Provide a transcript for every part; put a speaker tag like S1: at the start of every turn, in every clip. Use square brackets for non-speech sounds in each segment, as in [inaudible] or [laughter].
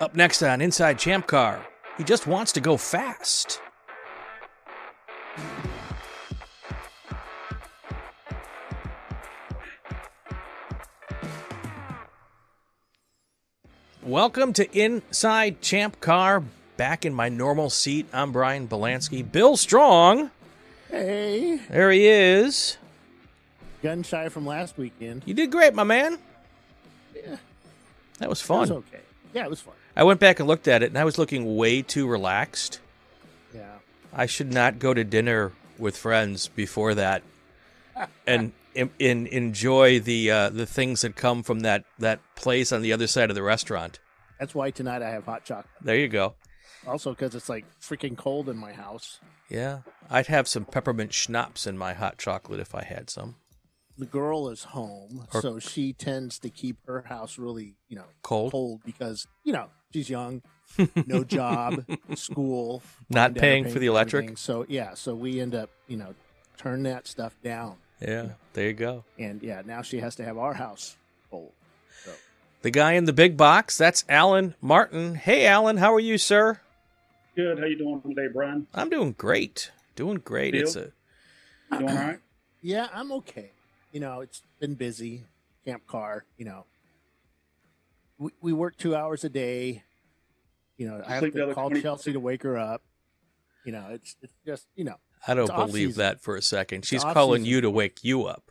S1: Up next on Inside Champ Car, he just wants to go fast. Welcome to Inside Champ Car. Back in my normal seat, I'm Brian Belansky. Bill Strong,
S2: Hey,
S1: there he is.
S2: gun shy from last weekend.
S1: You did great, my man. That was
S2: It
S1: fun.
S2: was okay. Yeah, it was fun.
S1: I went back and looked at it, and I was looking way too relaxed.
S2: Yeah.
S1: I should not go to dinner with friends before that, and in, in, enjoy the uh, the things that come from that that place on the other side of the restaurant.
S2: That's why tonight I have hot chocolate.
S1: There you go.
S2: Also, because it's like freaking cold in my house.
S1: Yeah, I'd have some peppermint schnapps in my hot chocolate if I had some.
S2: The girl is home,
S1: Or-
S2: so she tends to keep her house really, you know,
S1: Cold?
S2: cold because you know
S1: [laughs]
S2: she's young, no job, school,
S1: Not
S2: mom and dad are
S1: paying for the electric?
S2: everything. So yeah, so we end up, you know, turn that stuff down,
S1: Yeah, there you go.
S2: and yeah, now she has to have our house cold.
S1: The guy in the big box, that's Alan Martin. Hey, Alan, how are you, sir?
S3: Good. How you doing today, Brian?
S1: I'm doing great. Doing great.
S3: Bill?
S1: It's a
S3: You doing all right?
S2: Yeah, I'm okay. You know, it's been busy. Camp car, you know. We, we work two hours a day. You know, I have
S3: Sleep the
S2: to
S3: other
S2: call
S3: 20
S2: Chelsea to wake her up. You know, it's it's just you know,
S1: I don't
S2: It's off
S1: believe
S2: season.
S1: that for a second. She's
S2: off
S1: calling
S2: season.
S1: you to wake you up.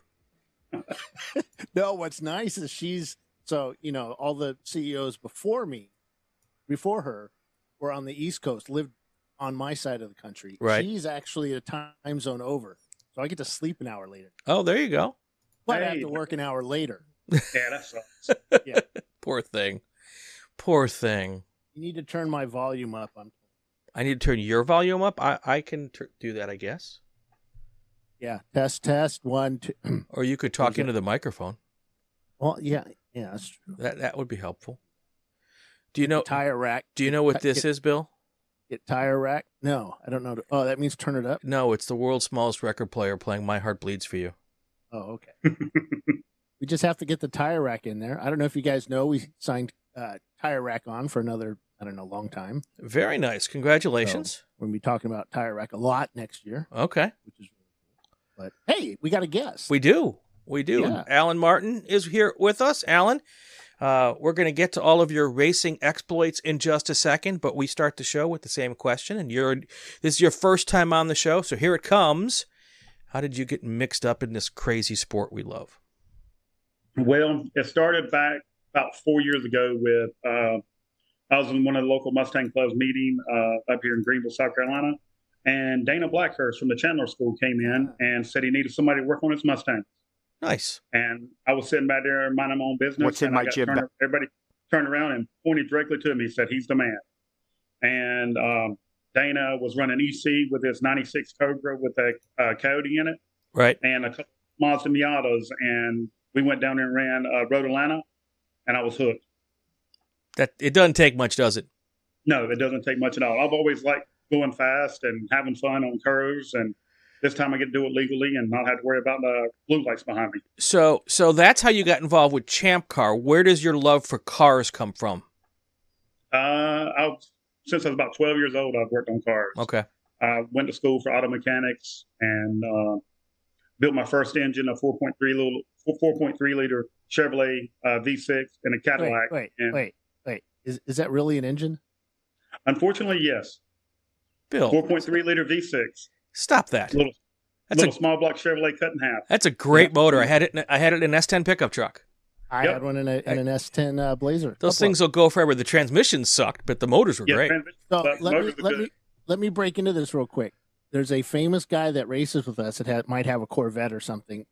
S2: No, what's nice is she's so you know all the CEOs before me, before her, were on the East Coast, lived on my side of the country.
S1: Right.
S2: She's actually a time zone over, so I get to sleep an hour later,
S1: Oh, there you go.
S2: but I have
S3: Hey.
S2: to work an hour later.
S3: Yeah, that sucks.
S1: Poor thing. Poor thing.
S2: You need to turn my volume up. I'm
S1: I need to turn your volume up. I, I can tur do that, I guess.
S2: yeah. Test test one two. [clears throat]
S1: Or you could talk
S2: Okay.
S1: into the microphone.
S2: Well, yeah, yeah. That's true.
S1: That that would be helpful. Do you know
S2: Tire rack.
S1: Oh. Do you know what
S2: Get-
S1: this
S2: get-
S1: is, Bill?
S2: Get tire rack. No, I don't know. Oh, that means turn it up.
S1: No, it's the world's smallest record player playing My Heart Bleeds for You.
S2: Oh, okay.
S3: [laughs]
S2: we just have to get the tire rack in there. I don't know if you guys know, we signed uh, tire rack on for another, I don't know, long time.
S1: Very nice. Congratulations.
S2: We're gonna be talking about tire rack a lot next year,
S1: Okay.
S2: which is really cool. But hey, we got a guest.
S1: We do. We do.
S2: Yeah.
S1: Alan Martin is here with us. Alan, uh, we're going to get to all of your racing exploits in just a second, but we start the show with the same question. And you're this is your first time on the show, so here it comes. How did you get mixed up in this crazy sport we love?
S3: Well, it started back about four years ago with uh, I was in one of the local Mustang clubs meeting uh, up here in Greenville, South Carolina, and Dana Blackhurst from the Chandler School came in and said he needed somebody to work on his Mustang.
S1: Nice.
S3: And I was sitting back there minding my own business.
S4: What's in
S3: and I
S4: my
S3: got
S4: gym
S3: turned-
S4: bag?
S3: everybody turned around and pointed directly to me. Said he's the man. And um, Dana was running EC with his '96 Cobra with a uh, Coyote in it.
S1: Right.
S3: and a couple Mazda Miatas, and we went down there and ran uh, Road Atlanta, and I was hooked.
S1: That it doesn't take much, does it?
S3: No, it doesn't take much at all. I've always liked going fast and having fun on curves, and this time I get to do it legally and not have to worry about the blue lights behind me.
S1: So so that's how you got involved with Champ Car. Where does your love for cars come from?
S3: Uh, I since I was about 12 years old, I've worked on cars.
S1: Okay.
S3: I went to school for auto mechanics and uh, built my first engine, a 4.3 little 4.3 liter Chevrolet uh, V6 and a
S2: wait,
S3: Cadillac.
S2: wait,
S3: and-
S2: wait, wait. Is is that really an engine?
S3: Unfortunately, yes,
S1: Bill,
S3: 4.3 liter V6.
S1: stop that.
S3: Little
S1: That's a
S3: little small block Chevrolet cut in half.
S1: that's a great
S3: Yeah.
S1: motor. I had it in, I had it in an S10 pickup truck.
S2: I
S3: Yep.
S2: had one in, a, in an S10 uh, Blazer.
S1: Those
S2: Couple of
S1: things will go forever. The transmission sucked, but the motors were
S3: Yeah,
S1: great.
S3: transition
S2: So
S3: sucks.
S2: let me
S3: Motors are
S2: let
S3: good.
S2: me let me break into this real quick. There's a famous guy that races with us that ha- might have a Corvette or something.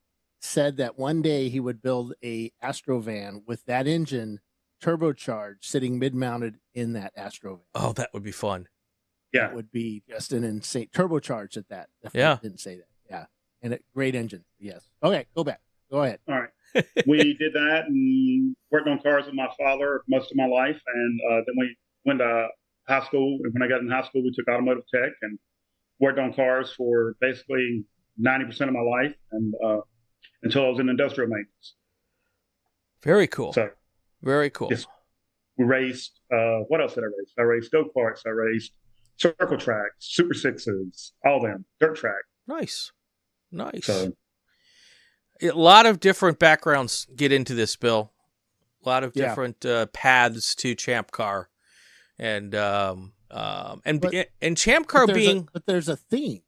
S2: said that one day he would build a Astrovan with that engine turbocharged sitting mid mounted in that Astrovan.
S1: Oh, that would be fun. [laughs]
S3: Yeah.
S2: That would be just an insane turbocharged at that. If I
S1: Yeah.
S2: didn't say that. Yeah. And a great engine. Yes. Okay, go back. Go ahead.
S3: All right. we did that and worked on cars with my father most of my life. And uh, then we went to high school. And when I got in high school, we took automotive tech and worked on cars for basically 90% of my life and uh, until I was in industrial maintenance.
S1: Very cool.
S3: So
S1: Very cool.
S3: Yes. we raced, uh, what else did I race? I raced go karts, I raced circle tracks, super sixes, all them, dirt track.
S1: Nice. Nice.
S3: So
S1: A lot of different backgrounds get into this, Bill. A lot of
S2: Yeah.
S1: different uh, paths to Champ Car, and um, um, and
S2: But-
S1: and Champ
S2: But
S1: Car
S2: there's a-
S1: being
S2: but there's a theme.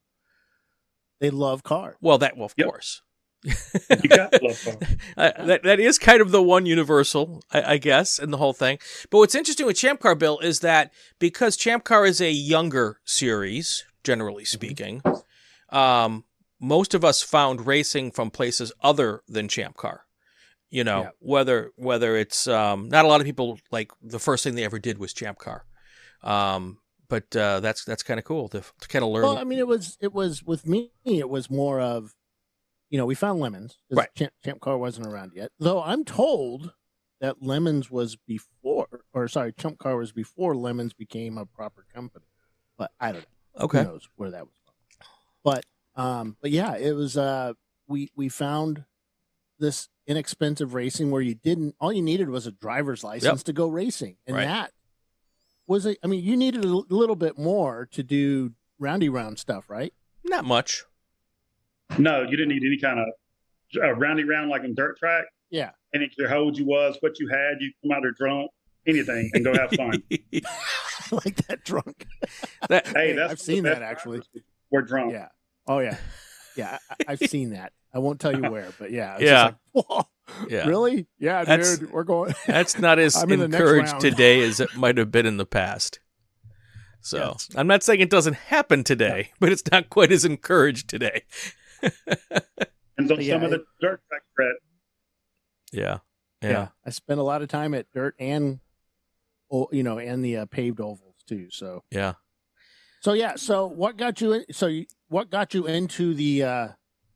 S2: They love cars.
S1: well, that well, of
S3: Yep.
S1: course.
S3: you got to love cars.
S1: Uh, that that is kind of the one universal, I, I guess, in the whole thing. But what's interesting with Champ Car Bill is that because Champ Car is a younger series, generally
S2: Mm-hmm.
S1: speaking, um, most of us found racing from places other than Champ Car. You know,
S2: Yeah.
S1: whether whether it's um, not a lot of people like the first thing they ever did was Champ Car, um, but uh, that's that's kind of cool to, to kind of learn.
S2: Well, I mean, it was it was with me. It was more of, you know, we found lemons. 'cause
S1: Right.
S2: Champ, Champ Car wasn't around yet, though. I'm told that lemons was before, or sorry, Champ Car was before lemons became a proper company. But I don't know.
S1: okay,
S2: Who knows where that was from? But um, but yeah, it was. Uh, we we found this inexpensive racing where you didn't. All you needed was a driver's license to go racing, and
S1: Right.
S2: that was. A, I mean, you needed a l- little bit more to do roundy round stuff, right? [laughs]
S1: not much.
S3: No, you didn't need any kind of uh, roundy round like in dirt track.
S2: Yeah.
S3: And if your hold you was, what you had, you come out there drunk, anything,
S2: [laughs]
S3: and go have fun.
S2: like that drunk. [laughs]
S1: That-
S3: hey, that's
S2: I've seen
S3: that's-
S2: that actually.
S3: We're drunk.
S2: Yeah. Oh yeah. Yeah, I, I've seen that. I won't tell
S1: [laughs]
S2: you where, but yeah. it's
S1: Yeah.
S2: just like, whoa,
S1: [laughs] Yeah.
S2: Really? Yeah,
S1: That's-
S2: dude. We're going.
S1: That's not as
S2: [laughs] I'm in the next
S1: encouraged
S2: round.
S1: today as it might have been in the past. So
S2: Yes.
S1: I'm not saying it doesn't happen today, but it's not quite as encouraged today.
S3: And so
S2: But yeah,
S3: some of the dirt track threat,
S1: Yeah. Yeah.
S2: I spent a lot of time at dirt and, oh, you know, and the uh, paved ovals too. So,
S1: Yeah.
S2: so yeah. So what got you? In, so you, what got you into the uh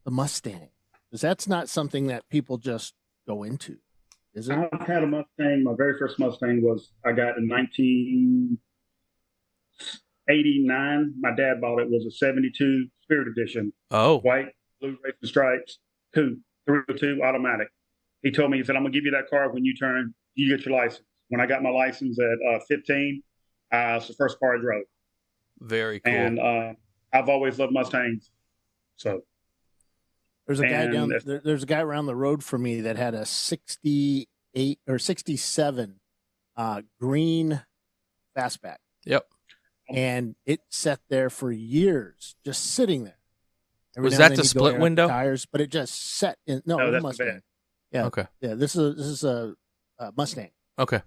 S2: the Mustang? Because that's not something that people just go into, is it?
S3: I've had a Mustang. My very first Mustang was I got in 1989. My dad bought it. was a 72 Spirit Edition,
S1: Oh.
S3: white, blue, racing stripes, coupe, 302 automatic. He told me, he said, I'm going to give you that car when you turn, you get your license. When I got my license at uh, 15, uh, it's the first car I drove.
S1: Very cool.
S3: And uh, I've always loved Mustangs. So,
S2: There's a guy
S3: And
S2: down
S3: if-
S2: there, there's a guy around the road from me that had a 68 or 67 uh green fastback.
S1: Yep.
S2: And it sat there for years, just sitting there.
S1: Was
S2: now and
S1: that
S2: then
S1: the
S2: he'd go
S1: split
S2: air up the
S1: window?
S2: Tires, but it just set in no,
S3: No,
S2: it was
S3: that's the
S2: Mustang.
S3: van.
S2: Yeah.
S1: Okay.
S2: Yeah, this is this is a, a Mustang
S1: Okay.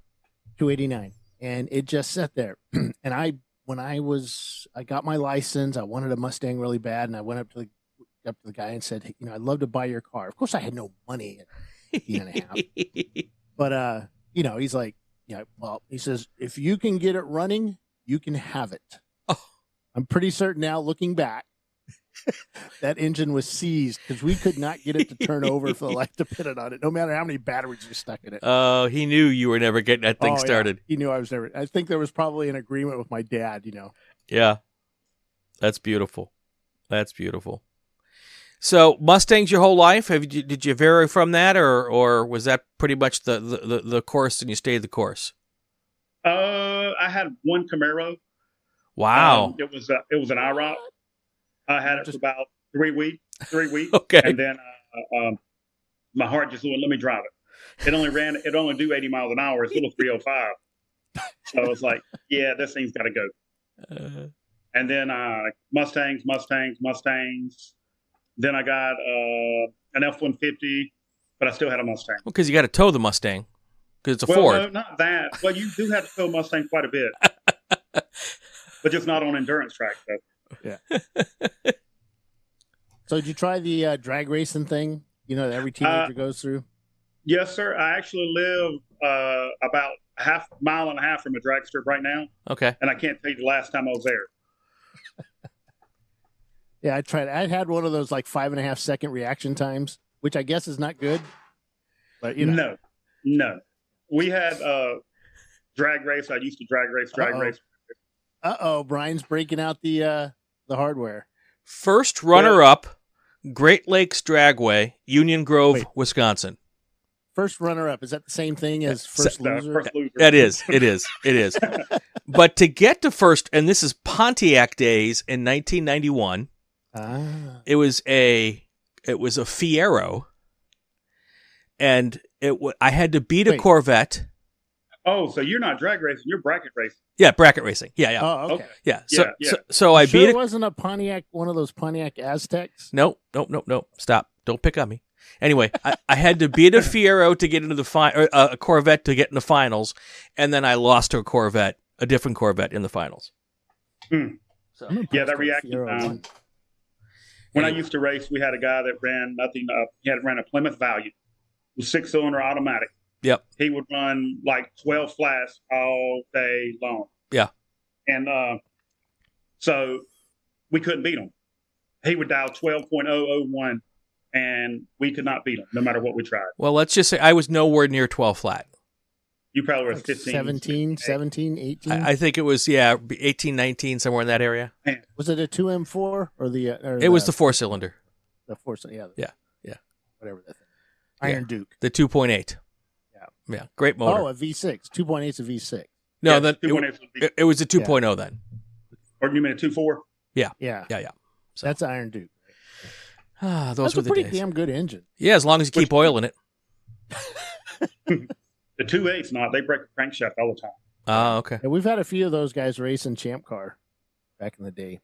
S2: 289 and it just sat there [clears throat] and i when i was i got my license i wanted a mustang really bad and i went up to the up to the guy and said you know i'd love to buy your car of course i had no money Year and a half. but uh you know he's like yeah well he says if you can get it running you can have it
S1: Oh.
S2: i'm pretty certain now looking back that engine was seized because we could not get it to turn over for the life depended on it no matter how many batteries you stuck in it
S1: [laughs] Oh, he knew you were never getting that thing
S2: Oh, yeah.
S1: started.
S2: he knew I was never. I think there was probably an agreement with my dad. You know,
S1: Yeah. That's beautiful. That's beautiful. So Mustangs your whole life? Have you did you vary from that or or was that pretty much the the, the, the course and you stayed the course?
S3: uh, I had one Camaro.
S1: Wow.
S3: Um, it was a, it was an IROC. I had it
S2: Just-
S3: for about three weeks, three
S1: [laughs]
S3: weeks,
S1: okay.
S3: and then uh, um, my heart just went. Let me drive it. It only ran. It only do eighty miles an hour. It's a little three hundred five. So I was like, yeah, this thing's got to go.
S1: Uh,
S3: And then uh, Mustangs, Mustangs, Mustangs. Then I got uh, an F one fifty, but I still had a Mustang.
S1: Well, because you got to tow the Mustang because it's a
S3: well,
S1: Ford.
S3: no, not that. Well, you do have to tow a Mustang quite a bit, but just not on endurance track though.
S2: so did you try the uh, drag racing thing? You know that every teenager goes through.
S3: Yes, sir. I actually live uh, about a half mile and a half from a drag strip right now,
S1: Okay.
S3: and I can't tell you the last time I was there.
S2: Yeah, I tried. I had one of those like five and a half second reaction times, which I guess is not good. But you know,
S3: No, no. We had uh, drag race. I used to drag race, drag
S2: Uh-oh.
S3: race.
S2: uh oh, Brian's breaking out the uh the hardware.
S1: First runner up, Great Lakes Dragway, Union Grove,
S2: Wait.
S1: Wisconsin.
S2: First runner up is that the same thing as
S1: so-
S2: first
S3: The
S2: loser?
S3: first loser.
S1: That is, it is, it is. but to get to first, and this is Pontiac days in 1991.
S2: Ah,
S1: It was a, it was a Fiero, and it wa I had to beat a
S2: Wait.
S1: Corvette.
S3: Oh, so you're not drag racing, you're bracket racing.
S1: Yeah, bracket racing. Yeah, yeah,
S2: oh, okay.
S3: Okay.
S1: yeah. So,
S3: yeah, yeah.
S1: so, so I
S2: sure
S1: beat a
S2: it wasn't a Pontiac, one of those Pontiac Aztecs.
S1: No, no, no, no. Stop. Don't pick on me. Anyway, I, I had to beat a Fiero to get into the fi- or, uh, a Corvette to get in the finals, and then I lost to a Corvette, a different Corvette in the finals.
S3: Hmm.
S1: So,
S2: I'm impressed
S3: Yeah, that
S2: with
S3: reaction
S2: Fiero
S3: time.
S2: one.
S3: When I
S1: Anyway.
S3: used to race, we had a guy that ran nothing up. He had ran a Plymouth Value, six cylinder automatic.
S1: Yep.
S3: He would run like 12 flats all day long.
S1: Yeah.
S3: And uh, so we couldn't beat him. He would dial 12.001 and we could not beat him no matter what we tried.
S1: well, let's just say I was nowhere near twelve flat.
S3: You probably were
S2: Like
S3: 15.
S2: 17, 17, 18.
S1: I, I think it was yeah, 18, 19, somewhere in that area.
S2: was it a 2M4 or the uh, or
S1: It was the four cylinder,
S2: the four yeah the-
S1: Yeah, yeah.
S2: whatever that thing.
S1: Yeah.
S2: Iron Duke.
S1: the two point eight.
S2: Yeah.
S1: yeah, great motor.
S2: Oh, a V6. 2.8 is a V6.
S1: no,
S3: Yeah,
S1: that it,
S3: 2.8 would be-
S1: it, it was a two oh then.
S3: or you mean a 2.4?
S2: Yeah,
S1: Yeah, yeah. So
S2: that's Iron Duke.
S1: ah, those
S2: that's
S1: were
S2: a
S1: the
S2: pretty
S1: days.
S2: damn good engine.
S1: yeah, as long as you keep oil in it.
S3: The 2.8's not. They break the crankshaft all the time.
S1: Oh, okay.
S2: And we've had a few of those guys racing Champ Car back in the day.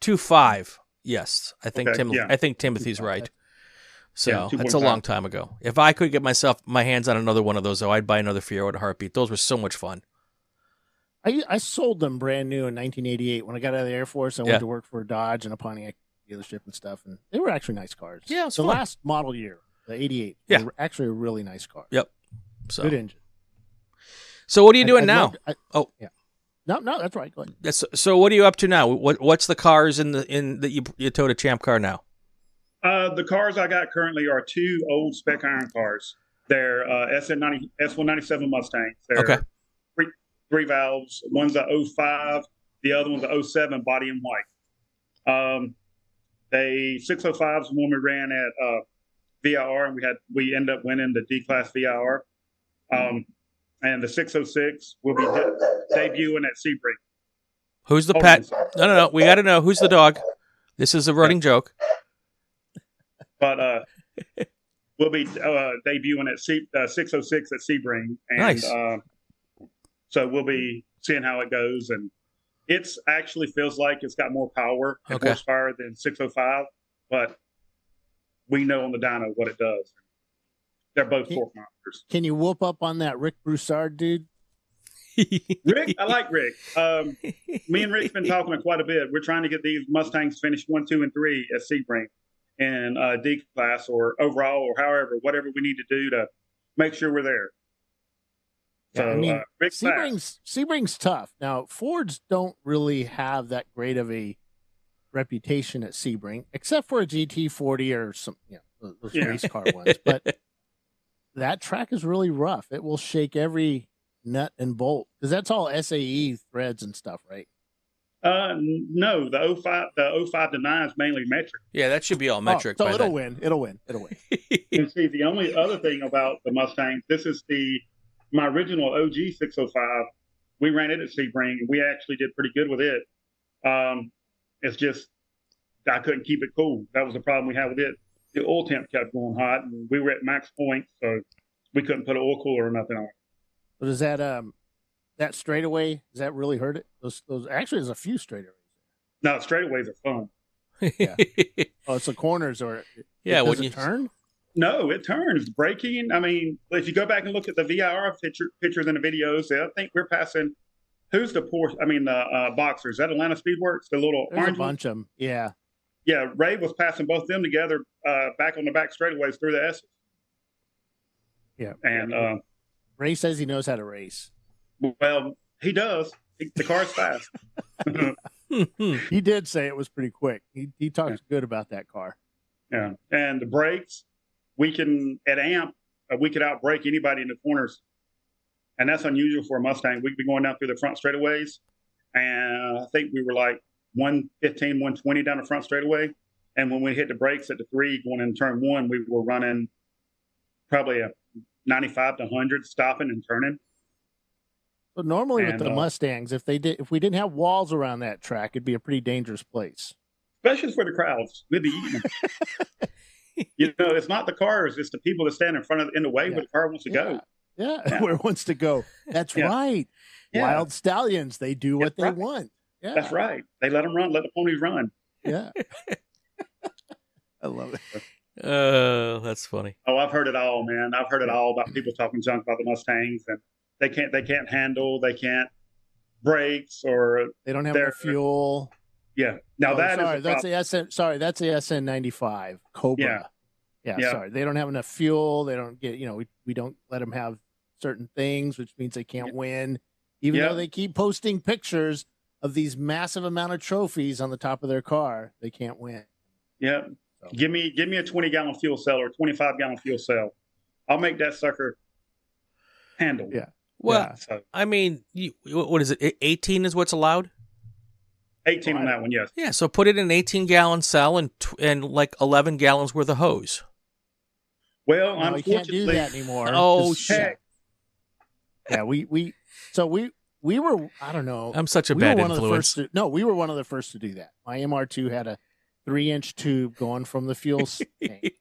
S1: two five. Yes, I think
S3: Okay,
S1: Tim.
S3: yeah.
S1: I think Timothy's
S2: 2.5.
S1: right.
S3: Yeah,
S1: So that's a
S3: 2.5.
S1: long time ago. If I could get myself my hands on another one of those, though, I'd buy another Fiero at a heartbeat. Those were so much fun.
S2: I I sold them brand new in 1988 when I got out of the Air Force. I
S1: Yeah.
S2: went to work for Dodge and a Pontiac dealership and stuff, and they were actually nice cars.
S1: Yeah, it was
S2: the
S1: fun.
S2: last model year, the '88.
S1: Yeah.
S2: they were actually a really nice car.
S1: Yep. So,
S2: Good engine.
S1: so what are you
S2: I'd-
S1: doing
S2: I'd
S1: now?
S2: love to- I-
S1: Oh.
S2: yeah. No, no, that's right. Go ahead.
S1: That's- so what are you up to now? What what's the cars in the in that you you towed a Champ car now?
S3: Uh, the cars I got currently are two old spec iron cars. They're uh, SN90, S197 Mustangs. They're
S1: Okay.
S3: three, three valves. One's a 05, the other one's a 07 body and white. Um, they 605s when we ran at uh, VIR and we had we end up winning the D class VIR. Um, and the 606 will be de- debuting at Sebring.
S1: Who's the
S3: Hold on a
S1: pet?
S3: second.
S1: No, no, no. We got to know who's the dog. This is a running joke.
S3: but uh, we'll be uh, debuting at C- uh, 606 at Sebring. And,
S1: Nice.
S3: Uh, so we'll be seeing how it goes. And it's actually feels like it's got more power and
S1: Okay.
S3: horsepower than 605, but we know on the dyno what it does. They're both
S2: Okay.
S3: fork monsters.
S2: Can you whoop up on that Rick Broussard dude?
S3: Rick, I like Rick. Um,
S1: [laughs]
S3: me and Rick's been talking quite a bit. We're trying to get these Mustangs finished one, two, and three at Sebring and uh, D class or overall or however, whatever we need to do to make sure we're there.
S2: Yeah,
S3: So
S2: I mean,
S3: uh, Rick's back.
S2: Sebring's Sebring's tough. Now Fords don't really have that great of a reputation at Sebring, except for a GT40 or some you know those
S3: Yeah.
S2: race car ones. But that track is really rough. It will shake every nut and bolt because that's all SAE threads and stuff, right?
S3: Uh, n- no, the 05, the 05 to 9 is mainly metric.
S1: yeah, that should be all metric.
S2: Oh, so
S1: by
S2: it'll
S1: then.
S2: win. It'll win. It'll win.
S3: And see, the only other thing about the Mustang, this is the my original OG 605. We ran it at Sebring. and We actually did pretty good with it. Um, it's just I couldn't keep it cool. That was the problem we had with it. The oil temp kept going hot, and we were at max point, so we couldn't put an oil cooler or nothing on. it.
S2: So does that um that straightaway does that really hurt it? Those those actually there's a few straightaways.
S3: No, straightaways are fun.
S1: yeah, [laughs]
S2: Oh, it's the corners or it- does
S1: wouldn't
S2: it
S1: you
S2: turn?
S3: No, it turns braking. I mean, if you go back and look at the VIR picture, pictures and the videos, I think we're passing. Who's the Porsche? I mean, the uh, boxers. Is that Atlanta Speedworks? The little
S2: There's a
S3: orange one?
S2: bunch of them. Yeah.
S3: Yeah, Ray was passing both them together uh, back on the back straightaways through the S's.
S2: Yeah.
S3: And uh,
S2: Ray says he knows how to race.
S3: well, he does. He, the
S2: [laughs]
S3: car's fast.
S1: Mhm.
S2: He did say it was pretty quick. He he talks good about that car.
S3: Yeah. And the brakes, we can at amp, uh, we could outbrake anybody in the corners, and that's unusual for a Mustang. We'd be going down through the front straightaways, and I think we were like 115, 120 down the front straightaway, and when we hit the brakes at the three going in turn one, we were running probably a 95 to 100, stopping and turning.
S2: But normally with
S3: And,
S2: the
S3: uh,
S2: Mustangs, if they did if we didn't have walls around that track, it'd be a pretty dangerous place.
S3: especially for the crowds. We'd be eating.
S2: [laughs]
S3: them. you know, it's not the cars; it's the people that stand in front of in the way
S2: Yeah.
S3: where the car wants to go.
S2: Yeah. [laughs]
S3: Yeah.
S2: Where it wants to go. That's
S3: Yeah.
S2: right.
S3: Yeah,
S2: Wild stallions, they do what
S3: That's
S2: they
S3: right.
S2: want. Yeah.
S3: that's right. They let them run. Let the ponies run.
S2: Yeah.
S3: [laughs]
S2: I love it.
S1: [laughs] Oh, that's funny.
S3: Oh, I've heard it all, man. I've heard it all about people talking junk about the Mustangs and they can't they can't handle, they can't brakes or
S2: They don't have
S3: They're-
S2: enough fuel.
S3: yeah. Now
S2: Oh,
S3: that is
S2: sorry,
S3: a
S2: that's
S3: problem.
S2: the SN. Sorry, that's the SN ninety five Cobra. Yeah.
S3: Yeah.
S2: sorry, they don't have enough fuel. They don't get you know we, we don't let them have certain things, which means they can't win, even
S3: Yeah.
S2: though they keep posting pictures of these massive amount of trophies on the top of their car. They can't win.
S3: yeah.
S2: So.
S3: Give me give me a twenty gallon fuel cell or twenty five gallon fuel cell. I'll make that sucker handle.
S2: Yeah.
S1: Well,
S2: Yeah.
S3: So
S1: I mean, you, what is it? 18 is what's allowed?
S3: eighteen on
S2: Right.
S3: that one, yes.
S1: Yeah, so put it in an 18 gallon cell and tw- and like 11 gallons worth of hose.
S3: Well,
S2: No, you can't do
S3: unfortunately,
S2: that anymore.
S1: Oh,
S2: 'cause-
S3: shit.
S2: Yeah, we we so we we were I don't know.
S1: I'm such a
S2: we
S1: bad
S2: were one
S1: influence.
S2: Of the first to, no, we were one of the first to do that. My MR2 had a three inch tube going from the fuel
S1: [laughs]
S2: tank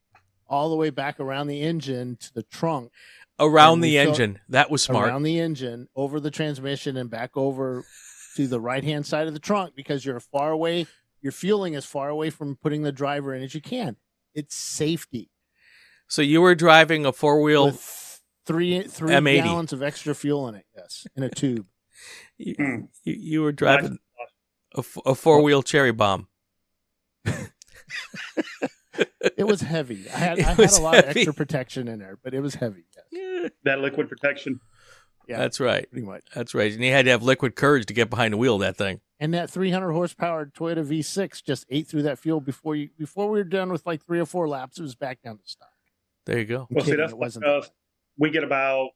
S2: all the way back around the engine to the trunk,
S1: Around
S2: And we
S1: the
S2: felt-
S1: engine. That was smart.
S2: around the engine, over the transmission, and back over to the right hand side of the trunk because you're far away. Your fueling is far away from putting the driver in as you can. It's safety.
S1: so you were driving a four wheel.
S2: with three three
S1: M80.
S2: gallons of extra fuel in it. Yes, in a tube.
S1: You,
S3: Mm.
S1: you, you were driving a, f- a four wheel cherry bomb.
S2: It was heavy. I
S1: [laughs]
S2: had,
S1: It
S2: I had
S1: was
S2: a lot of
S1: heavy.
S2: extra protection in there, but it was heavy. Yes.
S1: Yeah.
S3: that liquid protection.
S2: Yeah.
S1: That's right.
S2: pretty much.
S1: That's right. And you had to have liquid courage to get behind the wheel of that thing.
S2: And that 300 horsepower Toyota V6 just ate through that fuel before you before we were done with like three or four laps. It was back down to stock.
S1: There you go.
S2: I'm
S3: Well, see,
S2: kidding,
S3: that's
S2: it wasn't.
S3: because-
S2: that
S3: we get about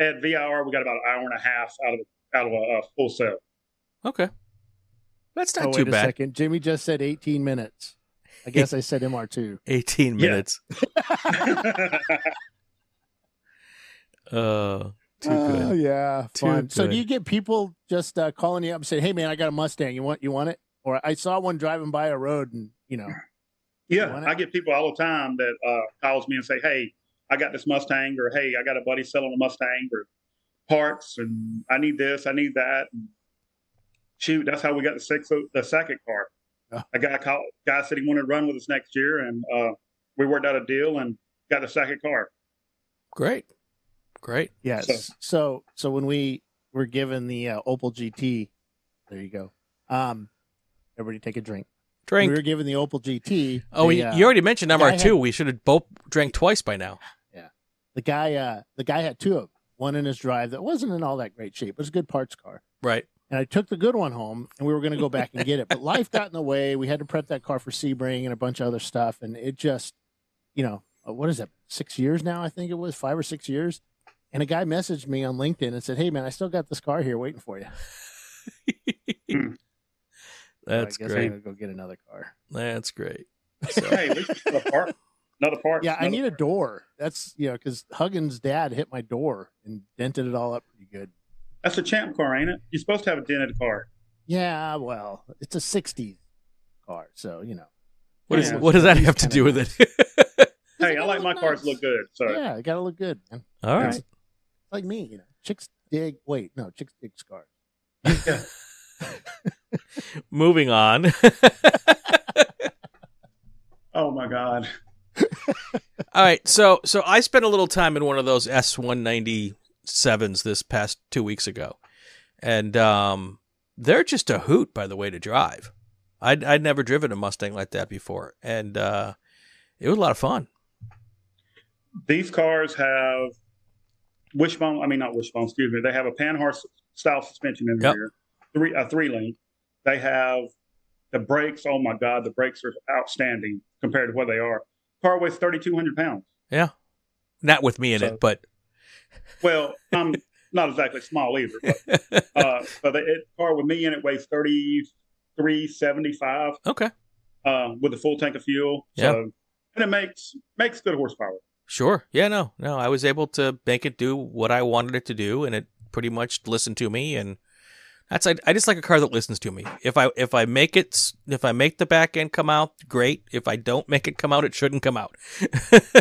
S3: at VIR we got about an hour and a half out of out of a, a full sale.
S1: Okay. That's
S2: bad.
S1: not
S2: oh,
S1: too
S2: wait a
S1: bad.
S2: second. Jimmy just said 18 minutes.
S1: [laughs]
S2: I guess I said MR2.
S1: 18
S3: Yeah.
S1: minutes. Uh, too
S2: Oh,
S1: good.
S2: yeah,
S1: Too
S2: fun. So
S1: good.
S2: do you get people just uh, calling you up and saying, "Hey, man, I got a Mustang. You want you want it?" Or I saw one driving by a road, and you know,
S3: [laughs] yeah,
S2: Why not?
S3: I get people all the time that uh, calls me and say, "Hey, I got this Mustang," or "Hey, I got a buddy selling a Mustang," or parts, and I need this, I need that. And shoot, that's how we got the six the second car.
S2: Yeah.
S3: A guy called, guy said he wanted to run with us next year, and uh, we worked out a deal and got the second car.
S1: Great. Great.
S2: Yes. So
S3: So-
S2: so, when we were given the uh, Opel GT, there you go. Um, everybody take a drink.
S1: Drink.
S2: We were given the Opel GT.
S1: Oh,
S2: the,
S1: you-
S2: uh,
S1: you already mentioned
S2: the guy
S1: MR2. we should have both drank twice by now.
S2: the guy. Uh, the guy had two of them. One in his drive that wasn't in all that great shape. It was a good parts car.
S1: Right.
S2: And I took the good one home, and we were going to go back and get it, but life got in the way. We had to prep that car for Sebring and a bunch of other stuff, and it just, you know, uh, what is that? Six years now, I think it was five or six years. And a guy messaged me on LinkedIn and said, "Hey, man, I still got this car here waiting for you." So
S1: That's
S2: I guess
S1: great.
S2: I'm gonna go get another car.
S1: That's great. So,
S3: hey, we another part, another part.
S2: Yeah, I
S3: another
S2: need a door. That's you know because Huggins' dad hit my door and dented it all up pretty good.
S3: That's a champ car, ain't it? You're supposed to have a dented car.
S2: Yeah, well, it's a '60s car, so you know.
S1: what, is,
S3: Yeah.
S1: what does that have to do with it? [laughs]
S3: Hey, I like my cars to look good. So
S2: Yeah, it gotta look good, man.
S1: All
S3: Yeah.
S1: right.
S2: Like me, you know. Chicks dig. Wait, no, chicks dig scars.
S1: Moving on. [laughs]
S3: oh my god,
S1: All right, so so I spent a little time in one of those S one ninety sevens this past two weeks ago, and um, they're just a hoot, by the way, to drive. I'd I'd never driven a Mustang like that before, and uh, it was a lot of fun.
S3: These cars have wishbone. I mean, not wishbone. Excuse me. They have a Panhard style suspension in the
S1: Yep.
S3: rear, three a three link. They have the brakes. Oh my God, the brakes are outstanding compared to what they are. Car weighs thirty two hundred pounds.
S1: Not with me in
S3: So-
S1: it, but
S3: Well, I'm not exactly small either. But, uh, so the it, car with me in it weighs thirty three seventy five
S1: okay,
S3: uh, with a full tank of fuel. So and it makes makes good horsepower.
S1: sure, yeah, no, no, I was able to make it do what I wanted it to do, and it pretty much listened to me, and that's I, I just like a car that listens to me. If I if I make it s- if I make the back end come out, great. If I don't make it come out, it shouldn't come out.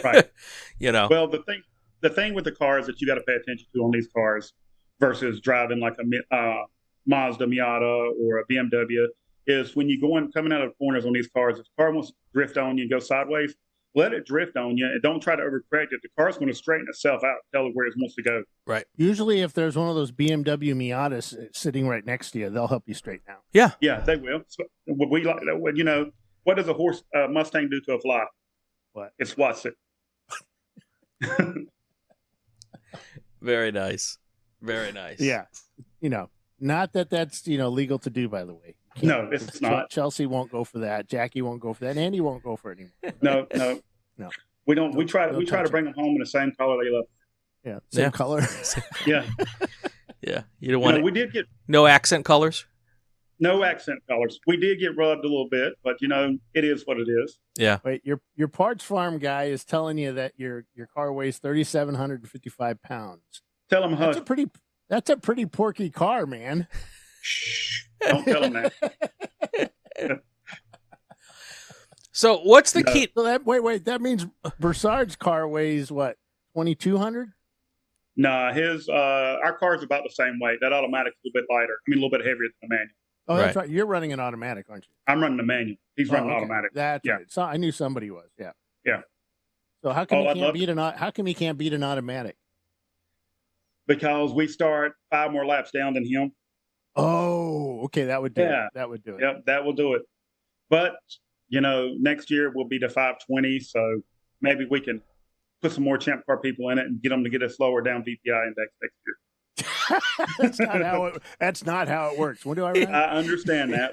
S3: Right.
S1: [laughs] you
S2: Oh.
S1: know,
S3: Well, the thing the thing with the cars that you got to pay attention to on these cars versus driving like a Mi- uh, Mazda Miata or a BMW is when you go in coming out of corners on these cars. If the car wants to drift on you and go sideways, let it drift on you and don't try to overcorrect it. The car's going to straighten itself out, tell it where it wants to go.
S2: Usually, if there's one of those BMW Miatas uh, sitting right next to you, they'll help you straighten out.
S3: Yeah, they will. So, what we like, what- you know, what does a horse uh, Mustang do to a fly?
S2: What?
S3: It swats it.
S1: very nice, very nice.
S2: Yeah, you know, not that that's you know legal to do. By the way, You
S3: No,
S2: can't-
S3: it's
S2: Ch-
S3: not.
S2: Chelsea won't go for that. Jackie won't go for that. and Andy won't go for it anymore.
S3: No, no,
S2: [laughs] No.
S3: We don't. We
S2: Don't-
S3: try.
S2: don't
S3: we try
S2: touch
S3: to
S2: it.
S3: bring them home in the same color they left.
S2: Yeah, same
S1: Yeah.
S2: color. [laughs]
S3: Yeah,
S1: yeah. You don't
S3: you
S1: want
S3: know,
S1: it-
S3: we did get
S1: no accent colors.
S3: No accent colors. We did get rubbed a little bit, but you know, it is what it is.
S2: Wait, your your parts farm guy is telling you that your your car weighs thirty seven hundred and fifty five pounds.
S3: Tell them
S2: That's
S3: hush.
S2: a pretty. That's a pretty porky car, man.
S3: Shh. Don't tell
S2: [laughs]
S3: them that.
S1: So what's the
S3: No.
S1: key?
S2: So that wait, wait, that means Broussard's car weighs what twenty two hundred?
S3: Nah, his uh our car's about the same weight. That automatic's a little bit lighter. I mean a little bit heavier than the manual.
S2: Oh, that's
S1: Right.
S2: right. You're running an automatic, aren't you?
S3: I'm running the manual. He's running
S2: Oh, okay.
S3: automatic.
S2: That's
S3: Yeah.
S2: right. So I knew somebody was. Yeah.
S3: Yeah.
S2: So how come
S3: Oh,
S2: he
S3: I'd
S2: can't
S3: love-
S2: beat an au- how come he can't beat an automatic?
S3: Because we start five more laps down than him.
S2: Oh, okay, that would do
S3: Yeah.
S2: it. That would do it. [laughs]
S3: Yep, that will do it. But, you know, next year we'll be to five twenty, so maybe we can put some more champ car people in it and get them to get us lower down VPI index next year.
S2: that's not how it. That's not how it works. When do I? Run?
S3: I understand that,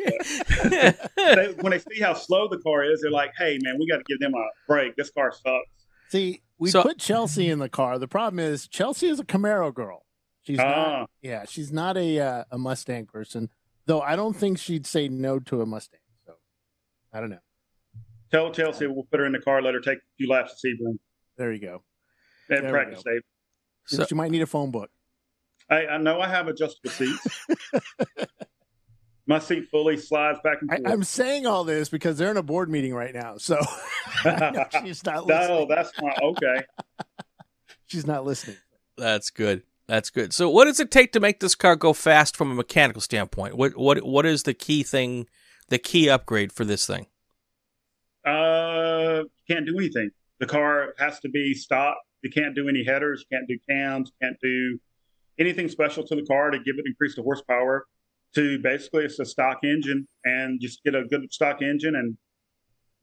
S3: but [laughs] they, when they see how slow the car is, they're like, "Hey, man, we got to give them a break. This car sucks."
S2: See, we
S1: So-
S2: put Chelsea in the car. The problem is Chelsea is a Camaro girl. She's not.
S3: Ah.
S2: Yeah, she's not a uh, a Mustang person. Though I don't think she'd say no to a Mustang. So I don't know.
S3: Tell Chelsea we'll put her in the car, let her take a few laps this evening
S2: There you go.
S3: and
S2: There we
S3: practice. Dave,
S1: [laughs] So-
S2: she might need a phone book.
S3: I, I know I have
S2: [laughs]
S3: adjustable seats. My seat fully slides back and
S2: I,
S3: forth.
S2: I'm saying all this because they're in a board meeting right now, so [laughs] I know
S3: [laughs]
S2: she's not
S3: no,
S2: listening.
S3: that's not okay.
S2: She's not listening.
S1: That's good. That's good. So what does it take to make this car go fast from a mechanical standpoint? What what what is the key thing, the key upgrade for this thing?
S3: Uh, can't do anything. The car has to be stopped. You can't do any headers. Can't do cams. Can't do anything special to the car to give it increase the horsepower. To basically, it's a stock engine, and just get a good stock engine and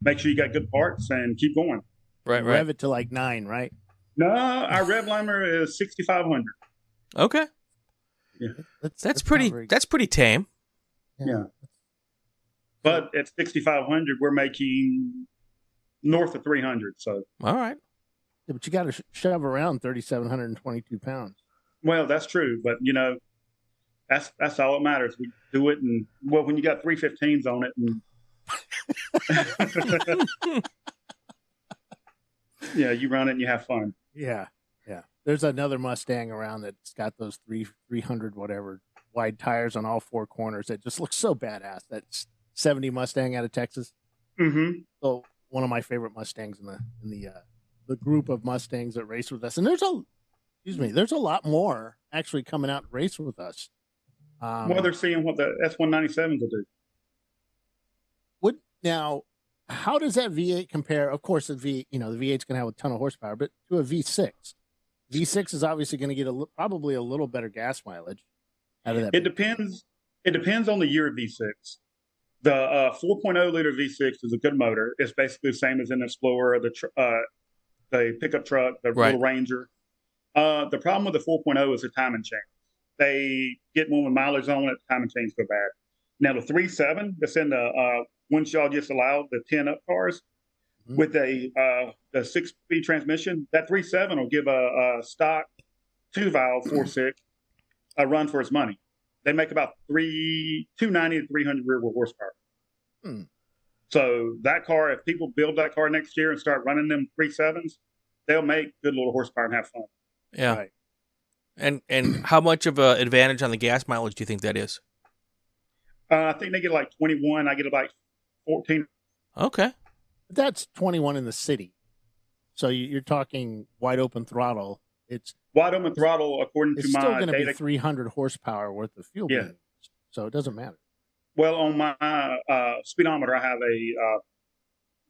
S3: make sure you got good parts and keep going.
S1: Right,
S2: You Rev it to like nine, right?
S3: No, our rev limiter is sixty five hundred.
S1: Okay. That's
S2: not
S1: pretty
S2: very-
S1: that's pretty tame.
S3: But at sixty five hundred, we're making north of three hundred. So,
S1: All right.
S2: Yeah, but you got to sh- shove around thirty-seven hundred and twenty-two pounds.
S3: well, that's true. But you know, that's that's all that matters. We do it, and well, when you got three fifteens on it, and [laughs] yeah, you run it and you have fun.
S2: Yeah, yeah. There's another Mustang around that's got those three three hundred whatever wide tires on all four corners. That just looks so badass. That's seventy Mustang out of Texas.
S3: hmm
S2: So one of my favorite Mustangs in the in the uh, the group of Mustangs that race with us. And there's a excuse me, there's a lot more actually coming out and race with us. Um,
S3: well, they're seeing what the S one ninety sevens will do.
S2: would now how does that V8 compare? Of course, the V you know the V8's going to have a ton of horsepower, but to a V6, V6 is obviously going to get a li- probably a little better gas mileage out of that.
S3: It depends. It depends on the year of V six. The uh, 4.0 liter V6 is a good motor. It's basically the same as an Explorer, the tr- uh, the pickup truck, the
S1: Right.
S3: Little Ranger. Uh, the problem with the 4.0 is the timing chain. They get one with mileage on it, timing chains go bad. Now the 3.7 that's in the uh, ones y'all just allowed, the 10 up cars,
S2: Mhm.
S3: with a uh, the six speed transmission, that 3.7 will give a, a stock two valve four six a run for its money. They make about three two ninety to three hundred rear wheel horsepower.
S2: Hmm.
S3: So that car, if people build that car next year and start running them three sevens, they'll make good little horsepower and have fun.
S1: Yeah.
S2: Right.
S1: And and [clears throat] how much of a advantage on the gas mileage do you think that is?
S3: Uh, I think they get like twenty one. I get like fourteen.
S1: Okay.
S2: But that's 21 in the city. So you- you're talking wide open throttle. It's
S3: Wide open throttle, according
S2: it's
S3: to
S2: still
S3: my
S2: going to be
S3: data.
S2: 300 horsepower worth of fuel.
S3: Yeah.
S2: being used. So it doesn't matter.
S3: Well, on my uh, speedometer, I have a uh,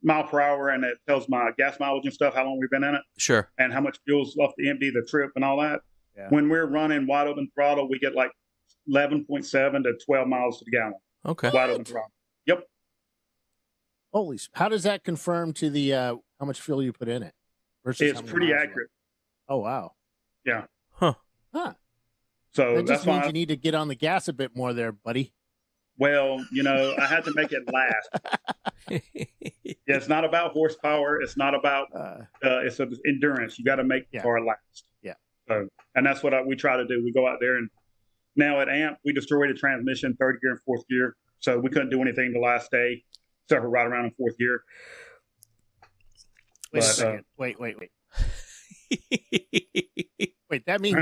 S3: mile per hour, and it tells my gas mileage and stuff, how long we've been in it.
S1: Sure.
S3: and how much fuel's left to empty the trip and all that.
S2: Yeah.
S3: When we're running wide open throttle, we get like 11.7 to 12 miles to the gallon [laughs]
S1: Okay. [laughs] Uh,
S3: wide open throttle.
S2: Holy! s- How does that confirm to the uh, how much fuel you put in it? Versus
S3: It's
S2: how many
S3: pretty
S2: miles you
S3: accurate.
S2: run? Oh wow!
S1: Huh.
S3: So
S2: that
S3: that's
S2: just
S3: why,
S2: means you need to get on the gas a bit more, there, buddy.
S3: well, you know, I had to make it last. Yeah, it's not about horsepower. It's not about,
S2: Uh,
S3: uh, it's of endurance. You got to make the
S2: Yeah.
S3: car last.
S2: Yeah.
S3: So, and that's what I, we try to do. We go out there and now at AMP, we destroyed a transmission third gear and fourth gear. So we couldn't do anything the last day except for ride around in fourth gear.
S2: wait a
S3: But, uh,
S2: second. wait, wait, wait, wait. That
S3: [clears throat]
S2: means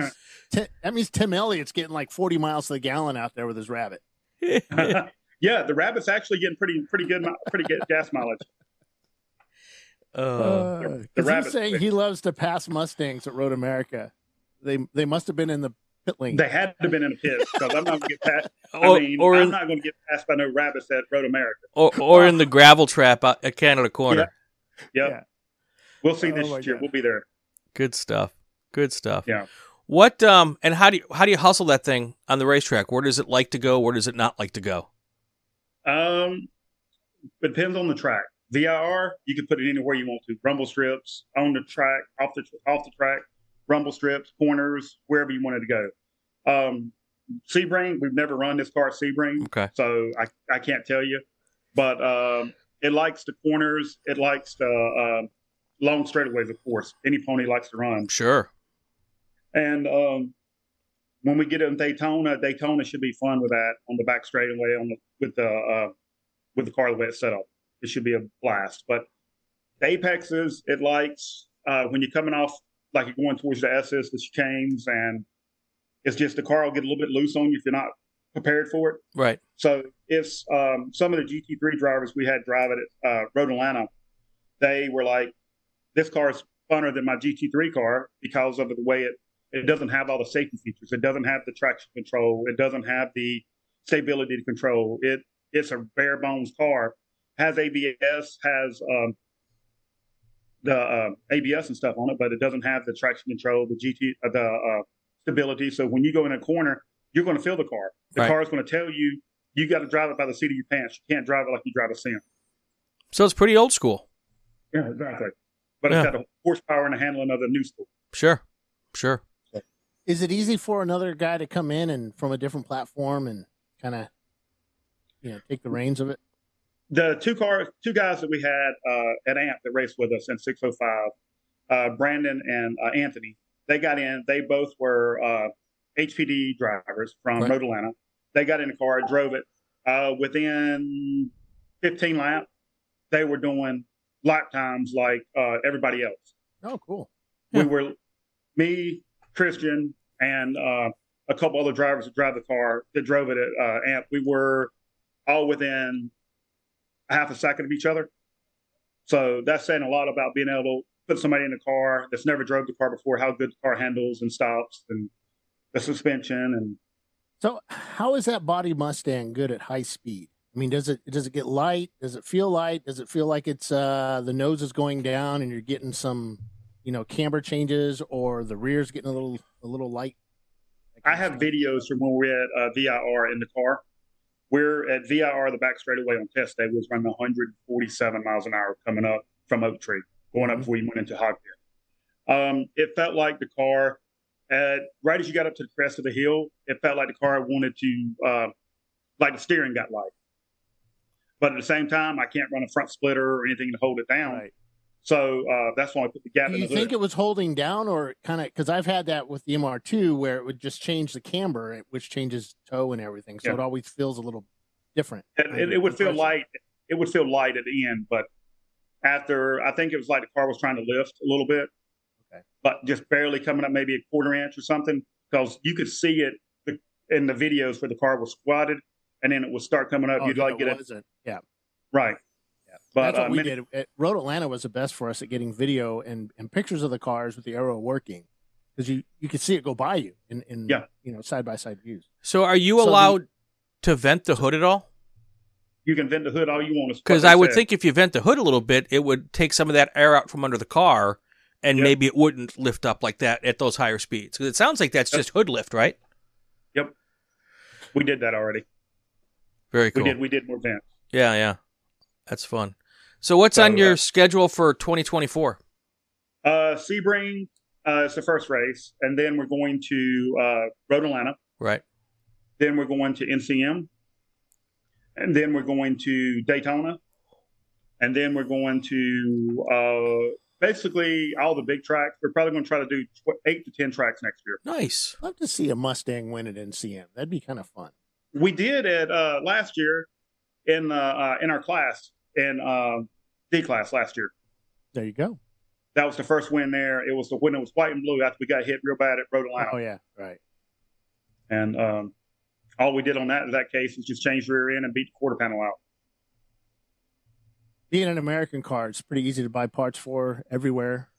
S2: Ti- that means Tim Elliott's getting like 40 miles to the gallon out there with his rabbit.
S3: [laughs] yeah, the rabbit's actually getting pretty pretty good mi- pretty good gas mileage.
S1: uh,
S2: Uh,
S3: the
S2: 'cause he's
S3: rabbit's
S2: saying
S3: quick.
S2: he loves to pass Mustangs at Road America. They they must have been in the pit lane.
S3: They had to have been in a pit because I'm not going to get passed.
S1: or
S3: I mean,
S1: or,
S3: I'm
S1: in,
S3: not going to get passed by no rabbits at Road America.
S1: or or in the gravel trap out at Canada Corner.
S3: Yeah. Yep.
S2: Yeah.
S3: We'll see
S2: Oh
S3: this
S2: my
S3: year.
S2: God.
S3: We'll be there.
S1: Good stuff. Good stuff.
S3: Yeah.
S1: What um and how do you how do you hustle that thing on the racetrack? Where does it like to go? Where does it not like to go?
S3: Um, depends on the track. VIR, you can put it anywhere you want to. Rumble strips on the track, off the off the track, rumble strips, corners, wherever you wanted to go. Um, Sebring, we've never run this car at Sebring.
S1: Okay.
S3: so I, I can't tell you. But um, it likes the corners. It likes the uh, long straightaways, of course. Any pony likes to run.
S1: Sure.
S3: And um, when we get in Daytona, Daytona should be fun with that on the back straightaway on the, with the uh, with the car the way it's set up. It should be a blast. But the apexes, it likes uh, when you're coming off like you're going towards the SS, the chicanes, and it's just the car will get a little bit loose on you if you're not prepared for it.
S1: Right.
S3: So it's um, some of the GT3 drivers we had drive it at uh, Road Atlanta. They were like, "This car is funner than my GT3 car because of the way it it doesn't have all the safety features. It doesn't have the traction control. It doesn't have the stability control. It it's a bare bones car. Has ABS, has um, the uh, ABS and stuff on it, but it doesn't have the traction control, the GT, uh, the uh, stability. So when you go in a corner, you're going to feel the car. The
S1: Right.
S3: car is going to tell you you got to drive it by the seat of your pants. You can't drive it like you drive a sim.
S1: So it's pretty old school.
S3: Yeah, exactly. But
S1: Yeah.
S3: it's got a horsepower and a handling of the new school.
S1: Sure. Sure.
S2: Is it easy for another guy to come in and from a different platform and kind of you know take the reins of it?
S3: The two car, two guys that we had uh, at AMP that raced with us in 605, uh, Brandon and uh, Anthony, they got in. They both were uh, HPD drivers from
S1: Right.
S3: Road Atlanta. They got in the car, drove it. Uh, within 15 laps, they were doing lap times like uh, everybody else.
S2: Oh, cool.
S3: we
S1: Yeah.
S3: were me, Christian, and uh, a couple other drivers that drive the car that drove it at uh, AMP. We were all within half a second of each other. So that's saying a lot about being able to put somebody in a car that's never drove the car before, how good the car handles and stops and the suspension and
S2: So how is that body Mustang good at high speed? I mean, does it does it get light? Does it feel light? Does it feel like it's uh the nose is going down and you're getting some you know camber changes or the rear's getting a little a little light?
S3: I have videos from when we were at uh, VIR in the car, We're at VIR, the back straightaway on test day, was running 147 miles an hour coming up from Oak Tree, going
S2: Mm-hmm.
S3: up before you went into Hogpier. Um, it felt like the car, at, right as you got up to the crest of the hill, it felt like the car wanted to, uh, like the steering got light. But at the same time, I can't run a front splitter or anything to hold it down.
S2: Right.
S3: So uh, that's why I put the gap
S2: Do
S3: in
S2: you
S3: the hood.
S2: think it was holding down or kind of because I've had that with the MR2 where it would just change the camber, which changes toe and everything. So
S3: Yeah.
S2: it always feels a little different.
S3: it, it, it would feel light. It would feel light at the end, but after I think it was like the car was trying to lift a little bit,
S2: Okay.
S3: but just barely coming up, maybe a quarter inch or something, because you could see it the- in the videos where the car was squatted, and then it would start coming up.
S2: Oh,
S3: You'd
S2: yeah,
S3: like get it
S2: wasn't. Yeah.
S3: right,
S2: Yeah.
S3: but
S2: That's what
S3: uh,
S2: we
S3: many-
S2: did. At Road Atlanta was the best for us at getting video and, and pictures of the cars with the arrow working because you, you could see it go by you in, in
S3: Yeah.
S2: you know side by side views.
S1: So are you
S2: So the-
S1: allowed to vent the hood at all?
S3: you can vent the hood all you want. is what
S1: Because
S3: they
S1: I would
S3: said.
S1: think if you vent the hood a little bit, it would take some of that air out from under the car, and
S3: Yep.
S1: maybe it wouldn't lift up like that at those higher speeds. 'Cause it sounds like that's
S3: Yep.
S1: just hood lift, right?
S3: we did that already.
S1: Very cool.
S3: We did we did more vents.
S1: Yeah, yeah, that's fun. So what's
S3: So,
S1: on your
S3: uh,
S1: schedule for 2024?
S3: Uh, Sebring uh, is the first race, and then we're going to uh, Road Atlanta.
S1: Right.
S3: Then we're going to NCM. And then we're going to Daytona. And then we're going to uh, basically all the big tracks. We're probably going to try to do tw- eight to 10 tracks next year.
S1: Nice.
S2: I'd love to see a Mustang win at NCM. That'd be kind of fun.
S3: We did it uh, last year in, uh, uh, in our class, in um D class last year.
S2: There you go.
S3: That was the first win there. It was the when it was white and blue after we got hit real bad at Rhode Island.
S2: Oh, yeah. Right.
S3: And um, all we did on that that case was just change rear end and beat the quarter panel out.
S2: Being an American car, it's pretty easy to buy parts for everywhere.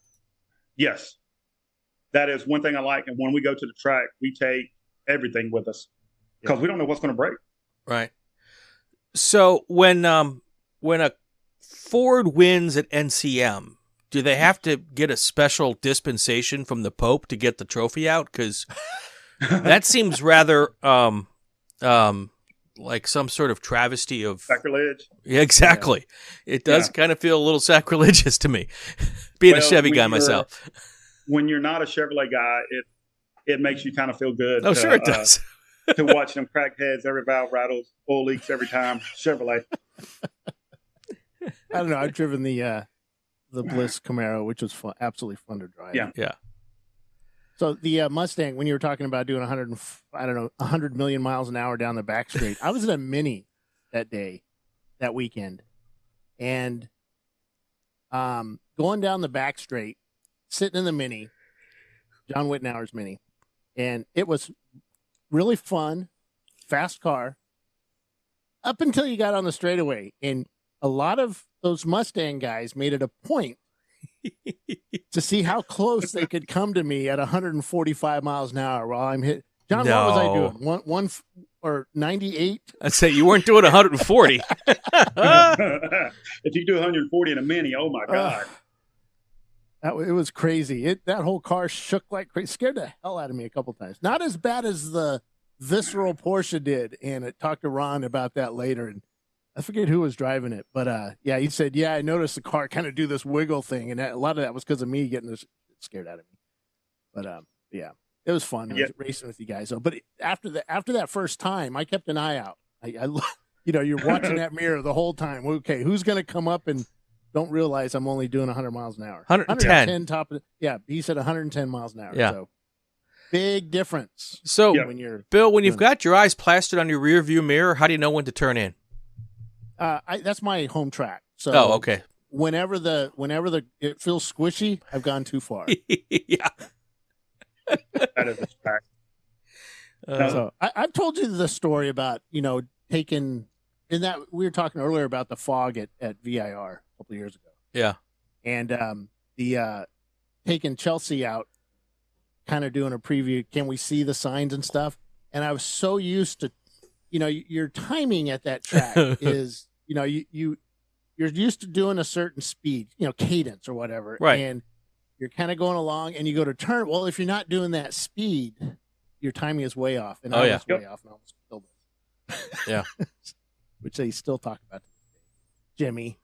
S3: Yes. That is one thing I like. And when we go to the track, we take everything with us because we don't know what's going to break.
S1: Right. So when um when a Ford wins at NCM, do they have to get a special dispensation from the Pope to get the trophy out?
S3: [laughs]
S1: Because that seems rather um um like some sort of travesty of
S3: Sacrilege.
S1: yeah, exactly. It does kind of feel a little sacrilegious to me, being a
S3: Well,
S1: Chevy
S3: we
S1: guy
S3: were-
S1: myself.
S3: When you're not a Chevrolet guy, it it makes you kind of feel good.
S1: Oh,
S3: to,
S1: sure it
S3: uh,
S1: does.
S3: to watch them crack heads, every valve rattles, oil leaks every time.
S1: [laughs]
S3: Chevrolet. [laughs]
S2: I don't know. I've driven the uh, the Bliss Camaro, which was fun, absolutely fun to drive.
S3: Yeah.
S1: Yeah.
S2: So the uh, Mustang, when you were talking about doing 100, and f- I don't know, 100 million miles an hour down the back straight, I was in a Mini that day, that weekend, and um, going down the back straight, sitting in the Mini, John Wittenauer's Mini, and it was really fun, fast car, up until you got on the straightaway, and a lot of those Mustang guys made it a point to see how close they could come to me at 145 miles an hour while I'm hit. John, what was I
S1: No.
S2: doing? One, one, f- or 98?
S1: I'd say you weren't doing 140.
S3: if you do 140 in a mini, oh
S1: Uh.
S3: my God.
S2: Ugh. That wa- it was crazy. It that whole car shook like crazy, scared the hell out of me a couple times. Not as bad as the visceral Porsche did, and I talked to Ron about that later. And I forget who was driving it, but uh, yeah, he said, yeah, I noticed the car kind of do this wiggle thing, and that, a lot of that was because of me getting this scared out of me. But um, yeah, it was fun. It
S3: Yeah.
S2: was racing with you guys. So, but it- after the after that first time, I kept an eye out. I, I [laughs] lo- you know, you're
S3: [laughs]
S2: watching that mirror the whole time. Okay, who's gonna come up and don't realize I'm only doing 100 miles an hour.
S1: 110.
S2: 110 top of the, yeah, he said 110 miles an hour.
S1: Yeah.
S2: So big difference
S1: So
S3: [laughs] Yeah.
S2: when you're
S1: Bill, when you've
S2: Yeah.
S1: got your eyes plastered on your rear view mirror, how do you know when to turn in?
S2: uh I, that's my home track. So
S1: oh, okay. [laughs]
S2: whenever the whenever the it feels squishy, I've gone too far.
S1: yeah.
S3: That is a fact.
S1: Uh,
S2: so I, I've told you the story about, you know, taking in that we were talking earlier about the fog at, at VIR a couple of years ago.
S1: Yeah.
S2: And um the uh taking Chelsea out, kind of doing a preview, can we see the signs and stuff? And I was so used to you know, y- your timing at
S1: [laughs]
S2: that track is, you know, you, you you're used to doing a certain speed, you know, cadence or whatever.
S1: Right.
S2: And you're kind of going along and you go to turn. Well, if you're not doing that speed, your timing is way off. And
S1: Oh,
S2: I
S1: yeah.
S2: was way off and I almost killed it.
S1: [laughs] Yeah.
S2: [laughs] Which they still talk about. to this day. Jimmy.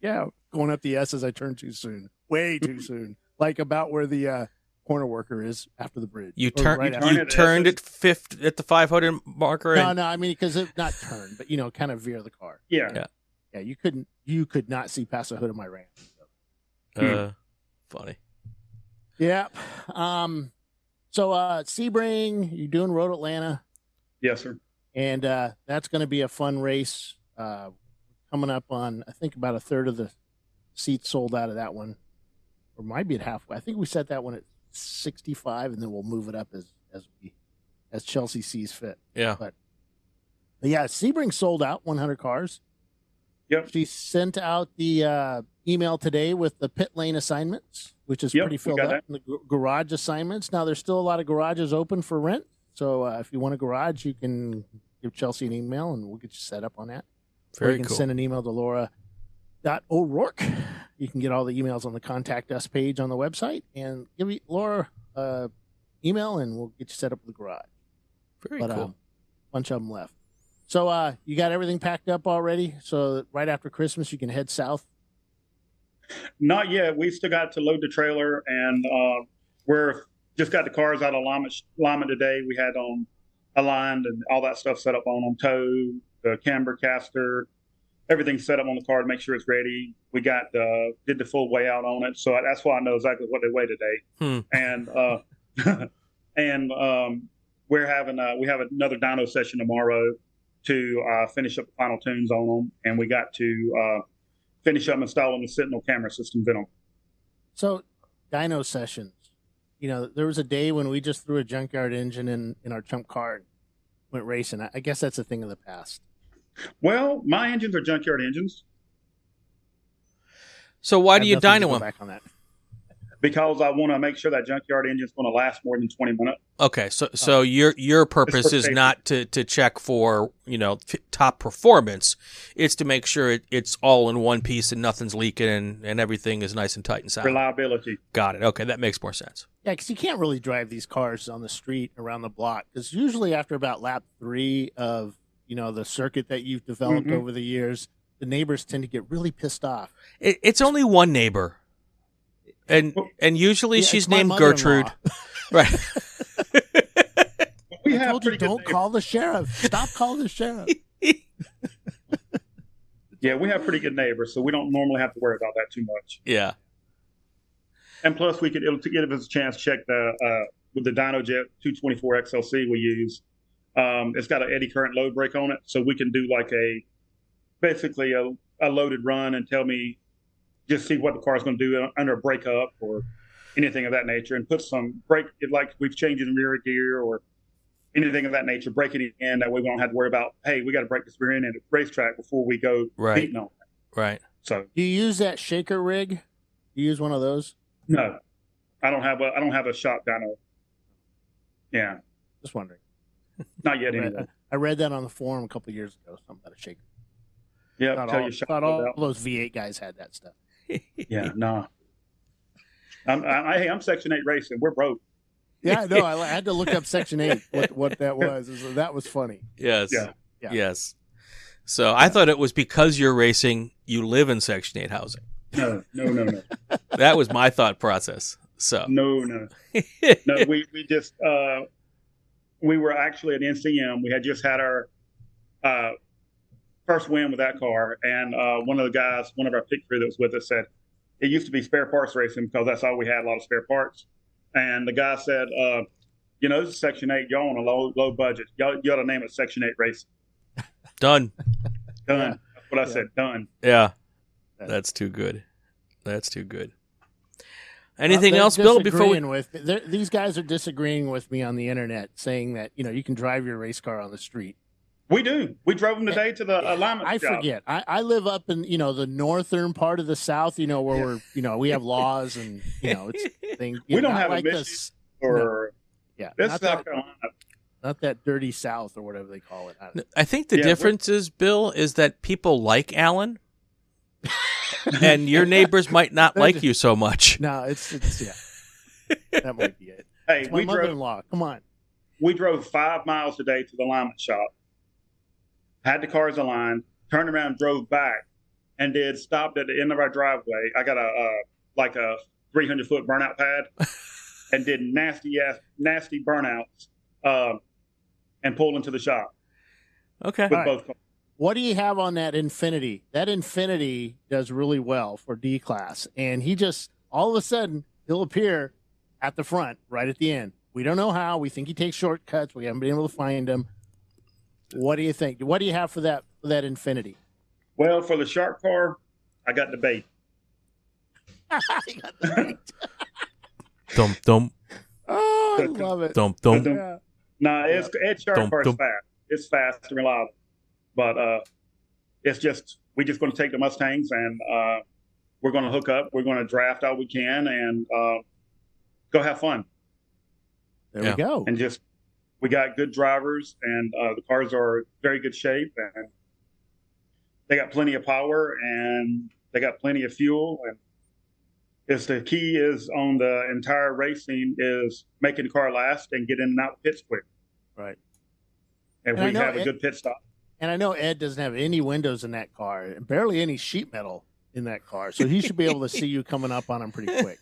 S2: Yeah. Going up the S as I turn too soon. Way too soon. Like about where the uh, corner worker is after the bridge.
S1: [laughs] you
S2: Or
S1: turn
S2: right
S1: you,
S2: after.
S3: after.
S1: you turned at fifth at the 500 marker.
S2: No,
S1: and-
S2: no, I mean because it not turn, but you know, kind of veer the car.
S3: Yeah.
S1: Yeah.
S2: Yeah, you couldn't you could not see past the hood of my Ram.
S1: Uh, funny.
S2: Yeah. Um so uh Sebring, you're doing Road Atlanta.
S3: Yes, sir.
S2: and uh, that's going to be a fun race uh, coming up on i think about a third of the seats sold out of that one or might be at halfway i think we set that one at 65 and then we'll move it up as as we as chelsea sees fit
S1: Yeah.
S2: but yeah sebring sold out 100 cars
S3: Yep.
S2: she sent out the uh, email today with the pit lane assignments which is
S3: Yep,
S2: pretty
S3: we
S2: filled
S3: got
S2: up
S3: that.
S2: and the g- garage assignments now there's still a lot of garages open for rent so uh, if you want a garage you can give chelsea an email and we'll get you set up on that or
S1: Very
S2: you can
S1: cool.
S2: send an email to Laura. O'Rourke. You can get all the emails on the contact us page on the website and give me Laura uh, email and we'll get you set up with the garage.
S1: Very
S2: but
S1: cool.
S2: um, bunch of them left. So uh, you got everything packed up already. So that right after Christmas, you can head south.
S3: Not yet. We've still got to load the trailer, and uh, we're just got the cars out of alignment, alignment today. We had um, aligned and all that stuff set up on them, tow, the camber caster, everything set up on the car to make sure it's ready. We got uh, did the full way out on it, so that's why I know exactly what they weigh today.
S1: Hmm.
S3: And uh, [laughs] and um, we're having uh, we have another dyno session tomorrow to uh, finish up the final tunes on them, and we got to. Uh, finish up installing the Sentinel camera systems in them.
S2: So dyno sessions. You know, there was a day when we just threw a junkyard engine in, in our chump car and went racing. I, I guess that's a thing of the past.
S3: Well, my engines are junkyard engines
S1: so why do
S2: I
S1: you
S2: have nothing to
S1: dyno
S2: go
S1: him?
S2: Back on that.
S3: because I want to make sure that junkyard engine's going to last more than 20 minutes.
S1: Okay, so
S2: Oh.
S1: so your your purpose is
S3: safety.
S1: not to to check for you know f- top performance. It's to make sure it, it's all in one piece and nothing's leaking and, and everything is nice and tight and sound.
S3: Reliability.
S1: Got it. Okay, that makes more sense.
S2: Yeah, because you can't really drive these cars on the street around the block. Because usually after about lap three of you know the circuit that you've developed
S3: Mhm.
S2: over the years, the neighbors tend to get really pissed off.
S1: It, it's only one neighbor, and
S3: Well,
S1: and usually
S2: Yeah, it's
S1: she's
S2: my
S1: named
S2: mother-in-law.
S1: Gertrude, [laughs] right?
S3: We
S2: I
S3: have
S2: told you
S3: pretty good
S2: don't
S3: neighbors.
S2: call the sheriff. Stop calling the [laughs] sheriff.
S3: Yeah, we have pretty good neighbors, so we don't normally have to worry about that too much.
S1: yeah.
S3: And plus, we could it'll give us a chance to check the uh, with the DynoJet 224 XLC we use. Um, it's got an eddy current load break on it, so we can do like a basically a, a loaded run and tell me just see what the car's going to do under a brake up or anything of that nature, and put some brake like we've changed in rear gear or anything of that nature. Break it in that way we don't have to worry about hey we got to break this rear end at the racetrack before we go
S1: Right.
S3: beating on. it.
S1: Right.
S3: So
S2: Do you use that shaker rig? Do you use one of those?
S3: no, I don't have a I don't have a shop dyno. Yeah.
S2: Just wondering.
S3: Not
S2: I
S3: yet,
S2: read,
S3: anyway.
S2: I read that on the forum a couple of years ago. Something about a shaker.
S3: Yeah,
S2: Not
S3: tell
S2: all,
S3: your shop
S2: not all
S3: about-
S2: those V8 guys had that stuff.
S3: Yeah, nah. I'm, I, I- hey, I'm Section Eight racing. We're broke.
S2: Yeah, I know. [laughs] I I had to look up Section Eight what what that was. That was funny.
S1: Yes.
S3: Yeah.
S2: Yeah.
S1: Yes. So I thought it was because you're racing, you live in Section 8 housing.
S3: No, no, no, no,
S1: That was my thought process. So,
S3: no, no, [laughs] no. We we just uh, we were actually at NCM. We had just had our uh, first win with that car, and uh, one of the guys, one of our pit crew that was with us, said it used to be spare parts racing because that's all we had, a lot of spare parts. And the guy said, uh, you know, this is Section Eight. Y'all on a low low budget. Y'all you ought to name it Section Eight racing.
S1: done.
S3: Done.
S2: Yeah.
S3: That's what I
S2: Yeah.
S3: said. Done.
S1: Yeah.
S2: Yeah.
S1: That's too good. That's too good. Anything
S2: Uh, they're
S1: else, Bill, before we
S2: disagreeing with they're- these guys are disagreeing with me on the internet, saying that you know you can drive your race car on the street.
S3: We do. We drove them today to the alignment.
S2: I
S3: job.
S2: forget. I, I live up in you know the northern part of the South. You know where we're you know we have laws and you
S3: [laughs]
S2: know it's
S1: [laughs]
S2: a thing.
S3: We
S2: You know,
S3: don't
S2: not
S3: have a
S2: like
S3: mission.
S2: this.
S3: Or
S2: Yeah,
S3: that's
S2: not
S3: South
S2: that,
S3: Carolina.
S2: not that dirty South or whatever they call it. I don't know.
S1: I think the
S3: Yeah, we're-
S1: difference is, Bill, is that people like
S3: [laughs]
S1: Alan and your neighbors might not
S2: They're
S1: like
S2: just-
S1: you so much.
S2: [laughs] No, it's it's yeah. that might be it.
S3: Hey,
S2: It's my
S3: we drove.
S2: mother-in-law. Come on.
S3: we drove five miles a day to the alignment shop, had the cars aligned, turned around, drove back, and did stopped at the end of our driveway. I got a uh, like a 300 foot burnout
S2: [laughs]
S3: pad, and did nasty ass nasty burnouts, um, and pulled into the shop [laughs]
S1: Okay.
S3: with
S2: All right.
S3: both cars.
S2: What do you have on that Infinity? That Infinity does really well for D class, and he just all of a sudden he'll appear at the front right at the end. We don't know how. We think he takes shortcuts. We haven't been able to find him. What do you think? What do you have for that for that [laughs] Infinity?
S3: Well, for the shark car, I got the bait.
S4: Dum dum
S2: Oh, I love it.
S4: dum dum.
S3: Dum.
S2: Yeah.
S3: Nah, it's it's shark
S4: Dum,
S3: car's
S4: dum.
S3: fast. It's fast and reliable, but uh, it's just we're just going to take the Mustangs and uh, we're going to hook up. We're going to draft all we can and uh, go have fun
S2: There
S4: Yeah.
S2: we go.
S3: and just we got good drivers and uh, the cars are in very good shape and they got plenty of power and they got plenty of fuel and it's the key is on the entire racing is making the car last and getting in and out pits quick.
S2: Right.
S3: If
S2: And I
S3: we
S2: know
S3: have a
S2: it-
S3: good pit stop.
S2: And I know Ed doesn't have any windows in that car, and barely any sheet metal in that car, so he should be able to see you coming up on him pretty quick.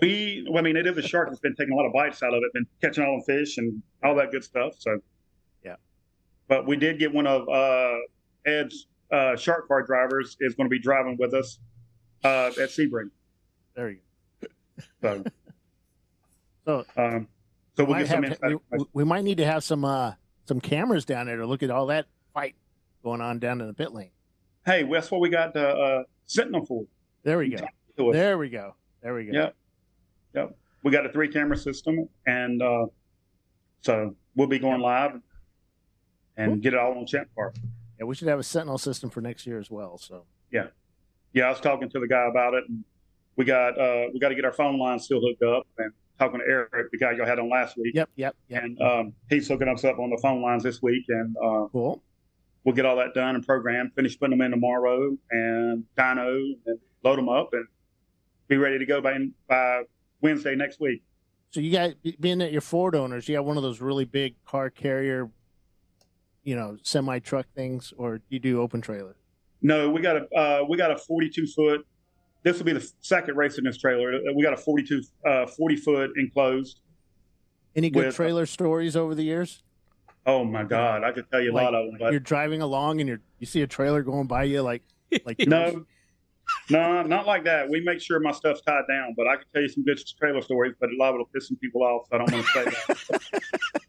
S3: We, well, I mean, it is a shark that's been taking a lot of bites out of it, been catching all the fish and all that good stuff. So,
S2: Yeah.
S3: But we did get one of uh, Ed's uh, shark car drivers is going to be driving with us uh, at Sebring.
S2: There you
S3: So,
S2: [laughs] So-
S3: um, so
S2: go.
S3: we'll get some
S2: Might have-
S3: insight.
S2: we, we might need to have some uh, some cameras down there to look at all that fight going on down in the pit lane.
S3: Hey, that's what we got the uh, Sentinel for.
S2: There we go.
S3: To us.
S2: There we go. There we go.
S3: Yeah. We got a three camera system, and uh, so we'll be going live and get it all on Champ Car.
S2: Yeah, we should have a Sentinel system for next year as well. So
S3: yeah, I was talking to the guy about it, and we got uh, we got to get our phone line still hooked up. And talking to Eric, the guy y'all had on last week,
S2: yep, yep, yep.
S3: and um, he's hooking us up on the phone lines this week, and uh,
S2: Cool.
S3: we'll get all that done and programmed, finish putting them in tomorrow, and dyno and load them up, and be ready to go by by Wednesday next week.
S2: So you guys, be- being that you're Ford owners, you got one of those really big car carrier, you know, semi truck things, or you do open trailer.
S3: No, we got a uh, we got a 42 foot. This will be the second race in this trailer. We got a 42 uh, 40 foot enclosed.
S2: Any good
S3: With-
S2: trailer stories over the years?
S3: Oh my God, I could tell you a lot of them. But
S2: You're driving along and you're you see a trailer going by you, like like yours?
S3: No,
S2: [laughs]
S3: no, not like that. We make sure my stuff's tied down, but I can tell you some good trailer stories, but a lot of it'll piss some people off. So I don't want to say that.
S2: [laughs]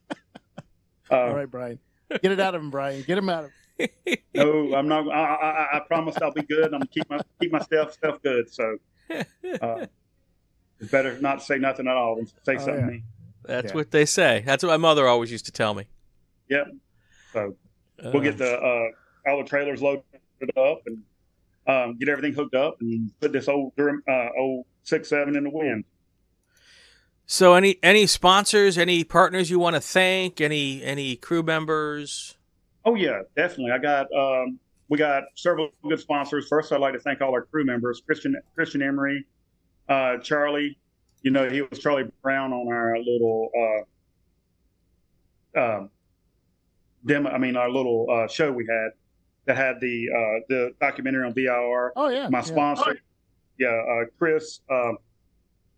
S3: Uh,
S2: All right, Brian, get it out of him, Brian. Get him out of.
S3: No, I'm not. I, I, I- I promise I'll be good. I'm gonna keep my keep my stuff stuff good.
S2: [laughs]
S3: So uh, it's better not to say nothing at all than to say
S2: Oh,
S3: something
S2: yeah.
S3: mean.
S1: That's
S2: Yeah.
S1: what they say. That's what my mother always used to tell me.
S3: So we'll get the
S2: Um,
S3: uh, all the trailers loaded up and um, get everything hooked up and put this old Durham, uh, old six seven in the wind.
S1: So any any sponsors, any partners you want to thank, any any crew members?
S3: Oh yeah, definitely. I got um, we got several good sponsors. First, I'd like to thank all our crew members: Christian Christian Emery, uh, Charlie. You know, he was Charlie Brown on our little uh, um, demo. I mean, our little uh, show we had that had the uh, the documentary on VIR.
S2: Oh yeah,
S3: My
S2: yeah.
S3: sponsor, yeah, uh, Chris. Uh,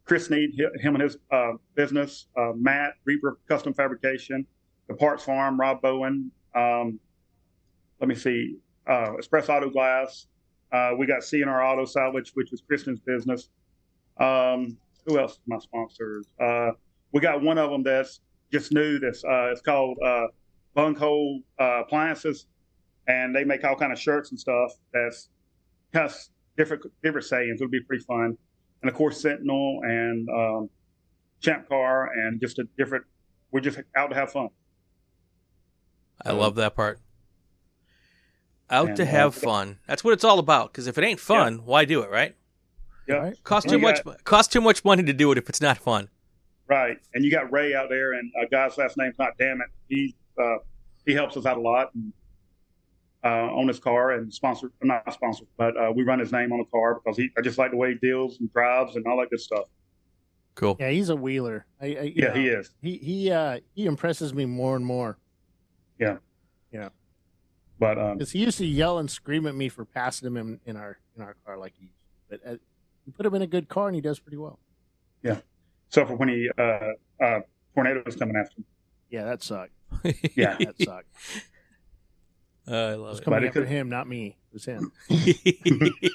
S3: Chris Need, hi- him and his uh, business, uh, Matt Reaper Custom Fabrication, the Parts Farm, Rob Bowen. Um, let me see, uh, Express Auto Glass. Uh, we got CNR Auto Salvage, which is Kristen's business. Um, who else? Is my sponsors. Uh, we got one of them that's just new. That's uh, it's called uh, Bunghole uh, Appliances, and they make all kind of shirts and stuff. That's has different different sayings. It'll be pretty fun and of course Sentinel and um, Champ Car and just a different. We're just out to have fun.
S1: I love that part. Out
S3: Um, And,
S1: to
S3: uh,
S1: have fun. That's what it's all about. Because if it ain't fun, why do it? Right?
S3: Yeah,
S2: Right.
S1: Cost
S3: And
S1: too
S3: you
S1: much. Cost too much money to do it if it's not fun.
S3: right. And you got Ray out there, and a guy's last name's not Damn it. He uh, he helps us out a lot and, uh, on his car and sponsor not sponsor, but uh, we run his name on the car because he I just like the way he deals and drives and all that good stuff.
S1: Cool.
S2: Yeah, he's a wheeler. I, I, you
S3: Yeah,
S2: know,
S3: he is.
S2: He he uh, he impresses me more and more
S3: But um,
S2: because he used to yell and scream at me for passing him in, in our in our car like he used. To. But uh, you put him in a good car and he does pretty well.
S3: so for when he uh, uh, tornado was coming after him,
S2: Yeah, that sucked. [laughs]
S3: Yeah.
S1: [laughs]
S2: That sucked.
S1: Uh, I
S2: It was
S1: love
S3: But
S2: coming
S3: it
S2: after
S3: could-
S2: him, not me. It was him.
S1: [laughs] it.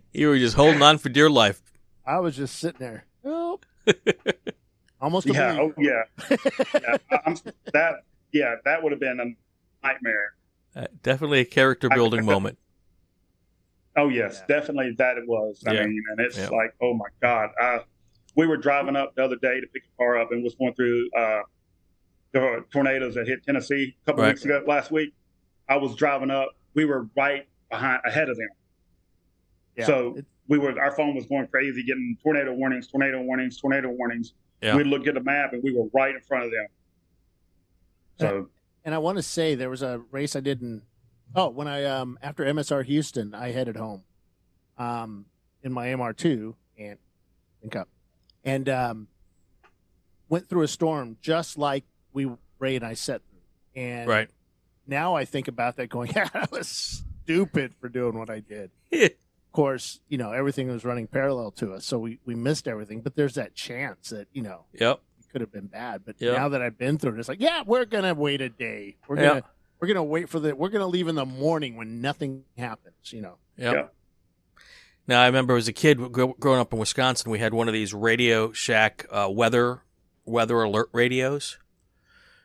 S3: [laughs]
S1: you were just holding on for dear life.
S2: I was just sitting there. Nope. Almost. a
S3: yeah,
S2: bleed.
S3: oh yeah,
S2: [laughs]
S3: yeah. I, I'm, that yeah, that would have been a nightmare.
S1: Uh, definitely a character building moment.
S3: Oh yes,
S2: Yeah.
S3: definitely that it was. I
S1: Yeah.
S3: mean, and it's
S1: Yeah.
S3: like, oh my god. I, we were driving up the other day to pick a car up, and was going through uh, the tornadoes that hit Tennessee a couple
S1: Right.
S3: weeks ago. Last week, I was driving up. We were right behind, ahead of them.
S2: Yeah.
S3: So-
S2: It-
S3: We were our phone was going crazy, getting tornado warnings, tornado warnings, tornado warnings.
S1: Yeah.
S3: We looked at the map, and we were right in front of them. So
S2: and I want to say there was a race I did in. Oh, when I um after MSR Houston, I headed home, um in my MR2 and link up, and um went through a storm just like we Ray and I set through.
S1: [laughs]
S2: And
S1: Right.
S2: now I think about that, going, [laughs] yeah, I was stupid for doing what I did. Of course, you know everything was running parallel to us, so we we missed everything. But there's that chance that you know
S1: yep.
S2: it could have been bad. But
S1: Yeah.
S2: now that I've been through it, it's like, yeah, we're gonna wait a day. We're
S1: Yeah.
S2: gonna we're gonna wait for the we're gonna leave in the morning when nothing happens. You know,
S1: Yep.
S3: Yeah.
S1: Now I remember as a kid gro- growing up in Wisconsin, we had one of these Radio Shack uh, weather weather alert radios,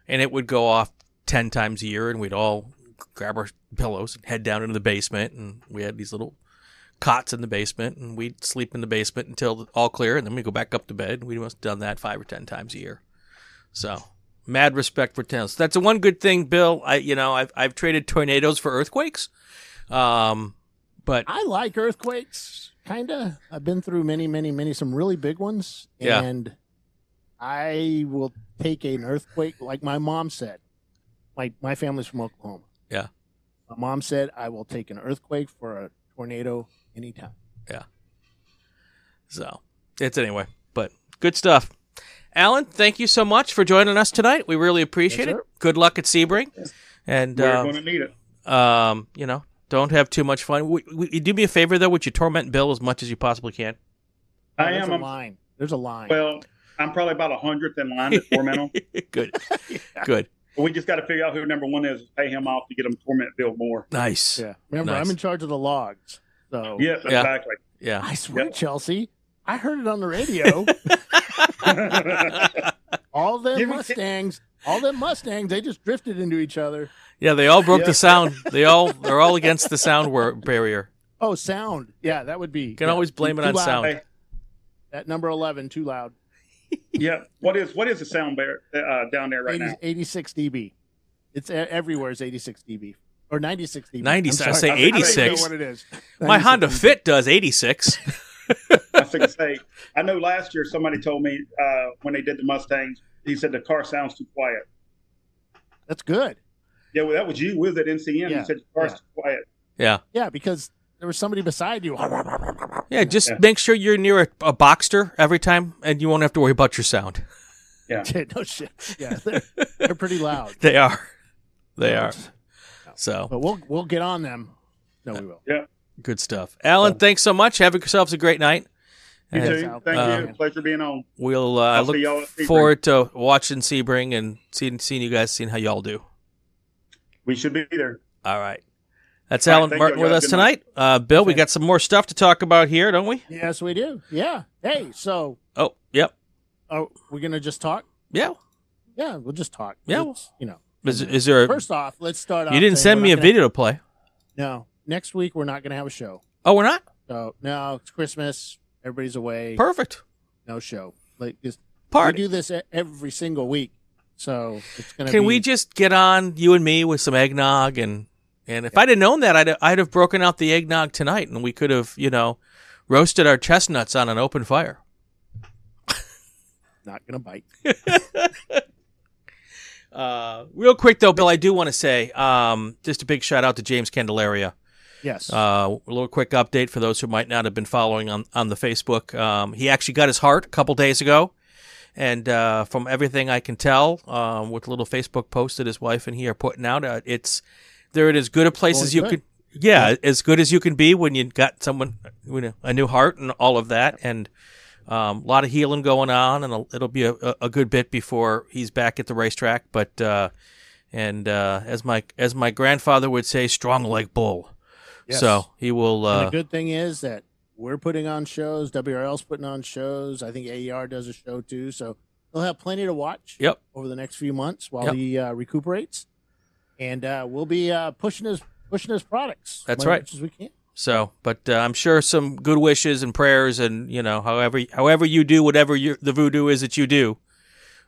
S1: and it would go off ten times a year, and we'd all grab our pillows and head down into the basement, and we had these little cots in the basement, and we'd sleep in the basement until all clear, and then we go back up to bed. We must have done that five or ten times a year. So mad respect for tennis. That's the one good thing, Bill. I you know I've I've traded tornadoes for earthquakes. Um, but
S2: I like earthquakes. Kinda. I've been through many, many, many some really big ones,
S1: Yeah.
S2: and I will take an earthquake. Like my mom said, my my family's from Oklahoma.
S1: Yeah.
S2: my mom said I will take an earthquake for a tornado anytime.
S1: So it's anyway, but good stuff. Alan, thank you so much for joining us tonight. We really appreciate
S2: Yes,
S1: it.
S2: sir.
S1: Good luck at Sebring, and
S2: uh,
S3: we're
S1: um,
S3: going to need it.
S1: um, you know, don't have too much fun. W- w- you do me a favor though, would you torment Bill as much as you possibly can? [laughs]
S3: I
S2: there's
S3: am.
S2: a
S3: I'm-
S2: line. There's a line.
S3: Well, I'm probably about a hundredth in line to
S1: [laughs]
S3: torment him.
S1: good, good,
S3: We just got to figure out who number one is, pay him off to get him to torment Bill more.
S1: nice, yeah,
S2: Yeah. Remember,
S1: Nice.
S2: I'm in charge of the logs. So
S3: Yes,
S1: Yeah.
S3: exactly.
S2: I swear,
S3: Yep.
S2: Chelsea, I heard it on the [laughs] radio.
S3: [laughs]
S1: yeah.
S2: all them
S3: Give me-
S2: Mustangs, all them Mustangs, they just drifted into each other.
S1: they all broke
S3: Yeah.
S1: the sound. They all they're all against the sound war- barrier.
S2: Oh, sound. Yeah, that would be.
S1: You can
S2: yeah,
S1: always blame
S2: too-
S1: it on
S2: too loud.
S1: sound.
S3: Hey.
S2: That number eleven, too loud.
S3: yeah. What is what is the sound bear uh, down there right
S2: 80,
S3: now?
S2: 86 dB. It's e- everywhere is 86 dB or 96 dB.
S1: 90
S2: I'm
S1: I
S2: sorry.
S1: say
S2: I don't even
S1: 86.
S2: know what it is.
S1: My
S2: 96
S1: Honda
S2: dB.
S1: Fit does eighty six.
S3: I was gonna say. I know last year somebody told me uh, when they did the Mustangs, he said the car sounds too quiet.
S2: That's good.
S3: Yeah, well, that was you with it NCM.
S2: Yeah,
S3: You said the car's too quiet.
S1: Yeah,
S2: Yeah, because there was somebody beside you. [laughs]
S1: yeah. Just
S3: Yeah.
S1: make sure you're near a, a Boxster every time, and you won't have to worry about your sound.
S2: no shit. Yeah, they're, they're pretty loud.
S1: They are. They are. So
S2: But we'll we'll get on them. No, we will.
S1: good stuff. Alan, thanks so much. Have yourselves a great night.
S3: You
S1: And
S2: Yeah.
S3: too. Thank
S1: Um,
S3: you. Pleasure being on.
S1: we'll uh,
S3: I'll see y'all
S1: look
S3: at Sebring.
S1: forward to watching Sebring and seeing seeing you guys, seeing how y'all do.
S3: We should be there.
S1: All right. That's
S3: All right,
S1: Alan
S3: thank
S1: Martin
S3: you.
S1: with
S3: Y'all
S1: us
S3: good night.
S1: tonight. Uh, Bill, we
S2: Okay.
S1: got some more stuff to talk about here, don't we?
S2: Yes, we do. Yeah. Hey, so
S1: Oh, yep.
S2: are we gonna just talk?
S1: Yeah.
S2: Yeah, we'll just talk.
S1: Yeah,
S2: It's, you know.
S1: Is, is there a,
S2: First off, let's start off.
S1: you didn't
S2: saying
S1: send
S2: we're
S1: me
S2: not
S1: a
S2: gonna-
S1: video to play.
S2: No, next week we're not gonna have a show.
S1: Oh, we're not?
S2: So no, it's Christmas. Everybody's away.
S1: Perfect.
S2: no show. Like this, we
S1: Party.
S2: do this e- every single week. So it's gonna.
S1: Can
S2: be,
S1: we just get on you and me with some eggnog and and if I'd have known that I'd I'd have broken out the eggnog tonight and we could have you know roasted our chestnuts on an open fire.
S2: not gonna bite?
S1: Uh, real quick though, Bill, I do want to say um, just a big shout out to James Candelaria
S2: Yes.
S1: Uh, a little quick update for those who might not have been following on, on the Facebook. Um, he actually got his heart a couple days ago. And uh, from everything I can tell, um, with a little Facebook post that his wife and he are putting out, uh, it's they're in as good a place
S2: Well,
S1: as you
S2: good.
S1: could. Yeah, as good as you can be when you got someone, you know, a new heart and all of that, and um, a lot of healing going on, and a, it'll be a, a- a good bit before he's back at the racetrack. But uh, and uh, as my as my grandfather would say, strong like bull.
S2: Yes.
S1: So he will.
S2: and
S1: Uh,
S2: the good thing is that we're putting on shows. WRL's putting on shows. I think AER does a show too. So they'll have plenty to watch
S1: Yep.
S2: over the next few months while
S1: Yep.
S2: he uh, recuperates, and uh, we'll be uh, pushing his pushing his products.
S1: That's
S2: as
S1: right.
S2: much as we can.
S1: So, but uh, I'm sure some good wishes and prayers, and you know, however, however you do whatever you the voodoo is that you do,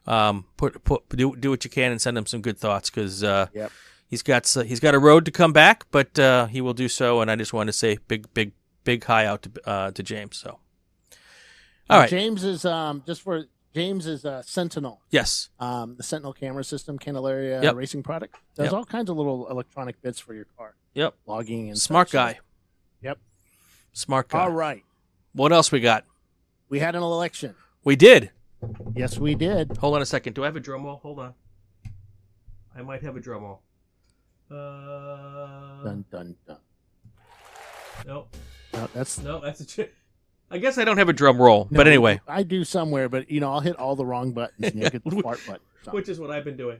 S1: um, put put do do what you can and send him some good thoughts because uh,
S2: Yep.
S1: he's got s- he's got a road to come back, but uh, he will do so. And I just want to say big big big hi out to uh, to James. So, all
S2: And
S1: right,
S2: James is um, just for James is uh, Sentinel.
S1: yes,
S2: Um, the Sentinel camera system, Candelaria
S1: Yep.
S2: racing product does
S1: Yep.
S2: all kinds of little electronic bits for your car.
S1: Yep.
S2: Logging and
S1: smart
S2: such. So-
S1: guy.
S2: Yep.
S1: smart guy.
S2: All right.
S1: What else we got?
S2: We had an election.
S1: We did.
S2: Yes, we did.
S1: Hold on a second. Do I have a drum roll? Hold on. I might have a drum roll. Uh,
S2: Dun dun dun.
S1: No,
S2: No, that's
S1: no, that's a. Ch- I guess I don't have a drum roll, but
S2: No,
S1: anyway,
S2: I do somewhere, but you know, I'll hit all the wrong buttons and you'll get
S1: [laughs]
S2: the fart button. or something.
S1: which is what I've been doing.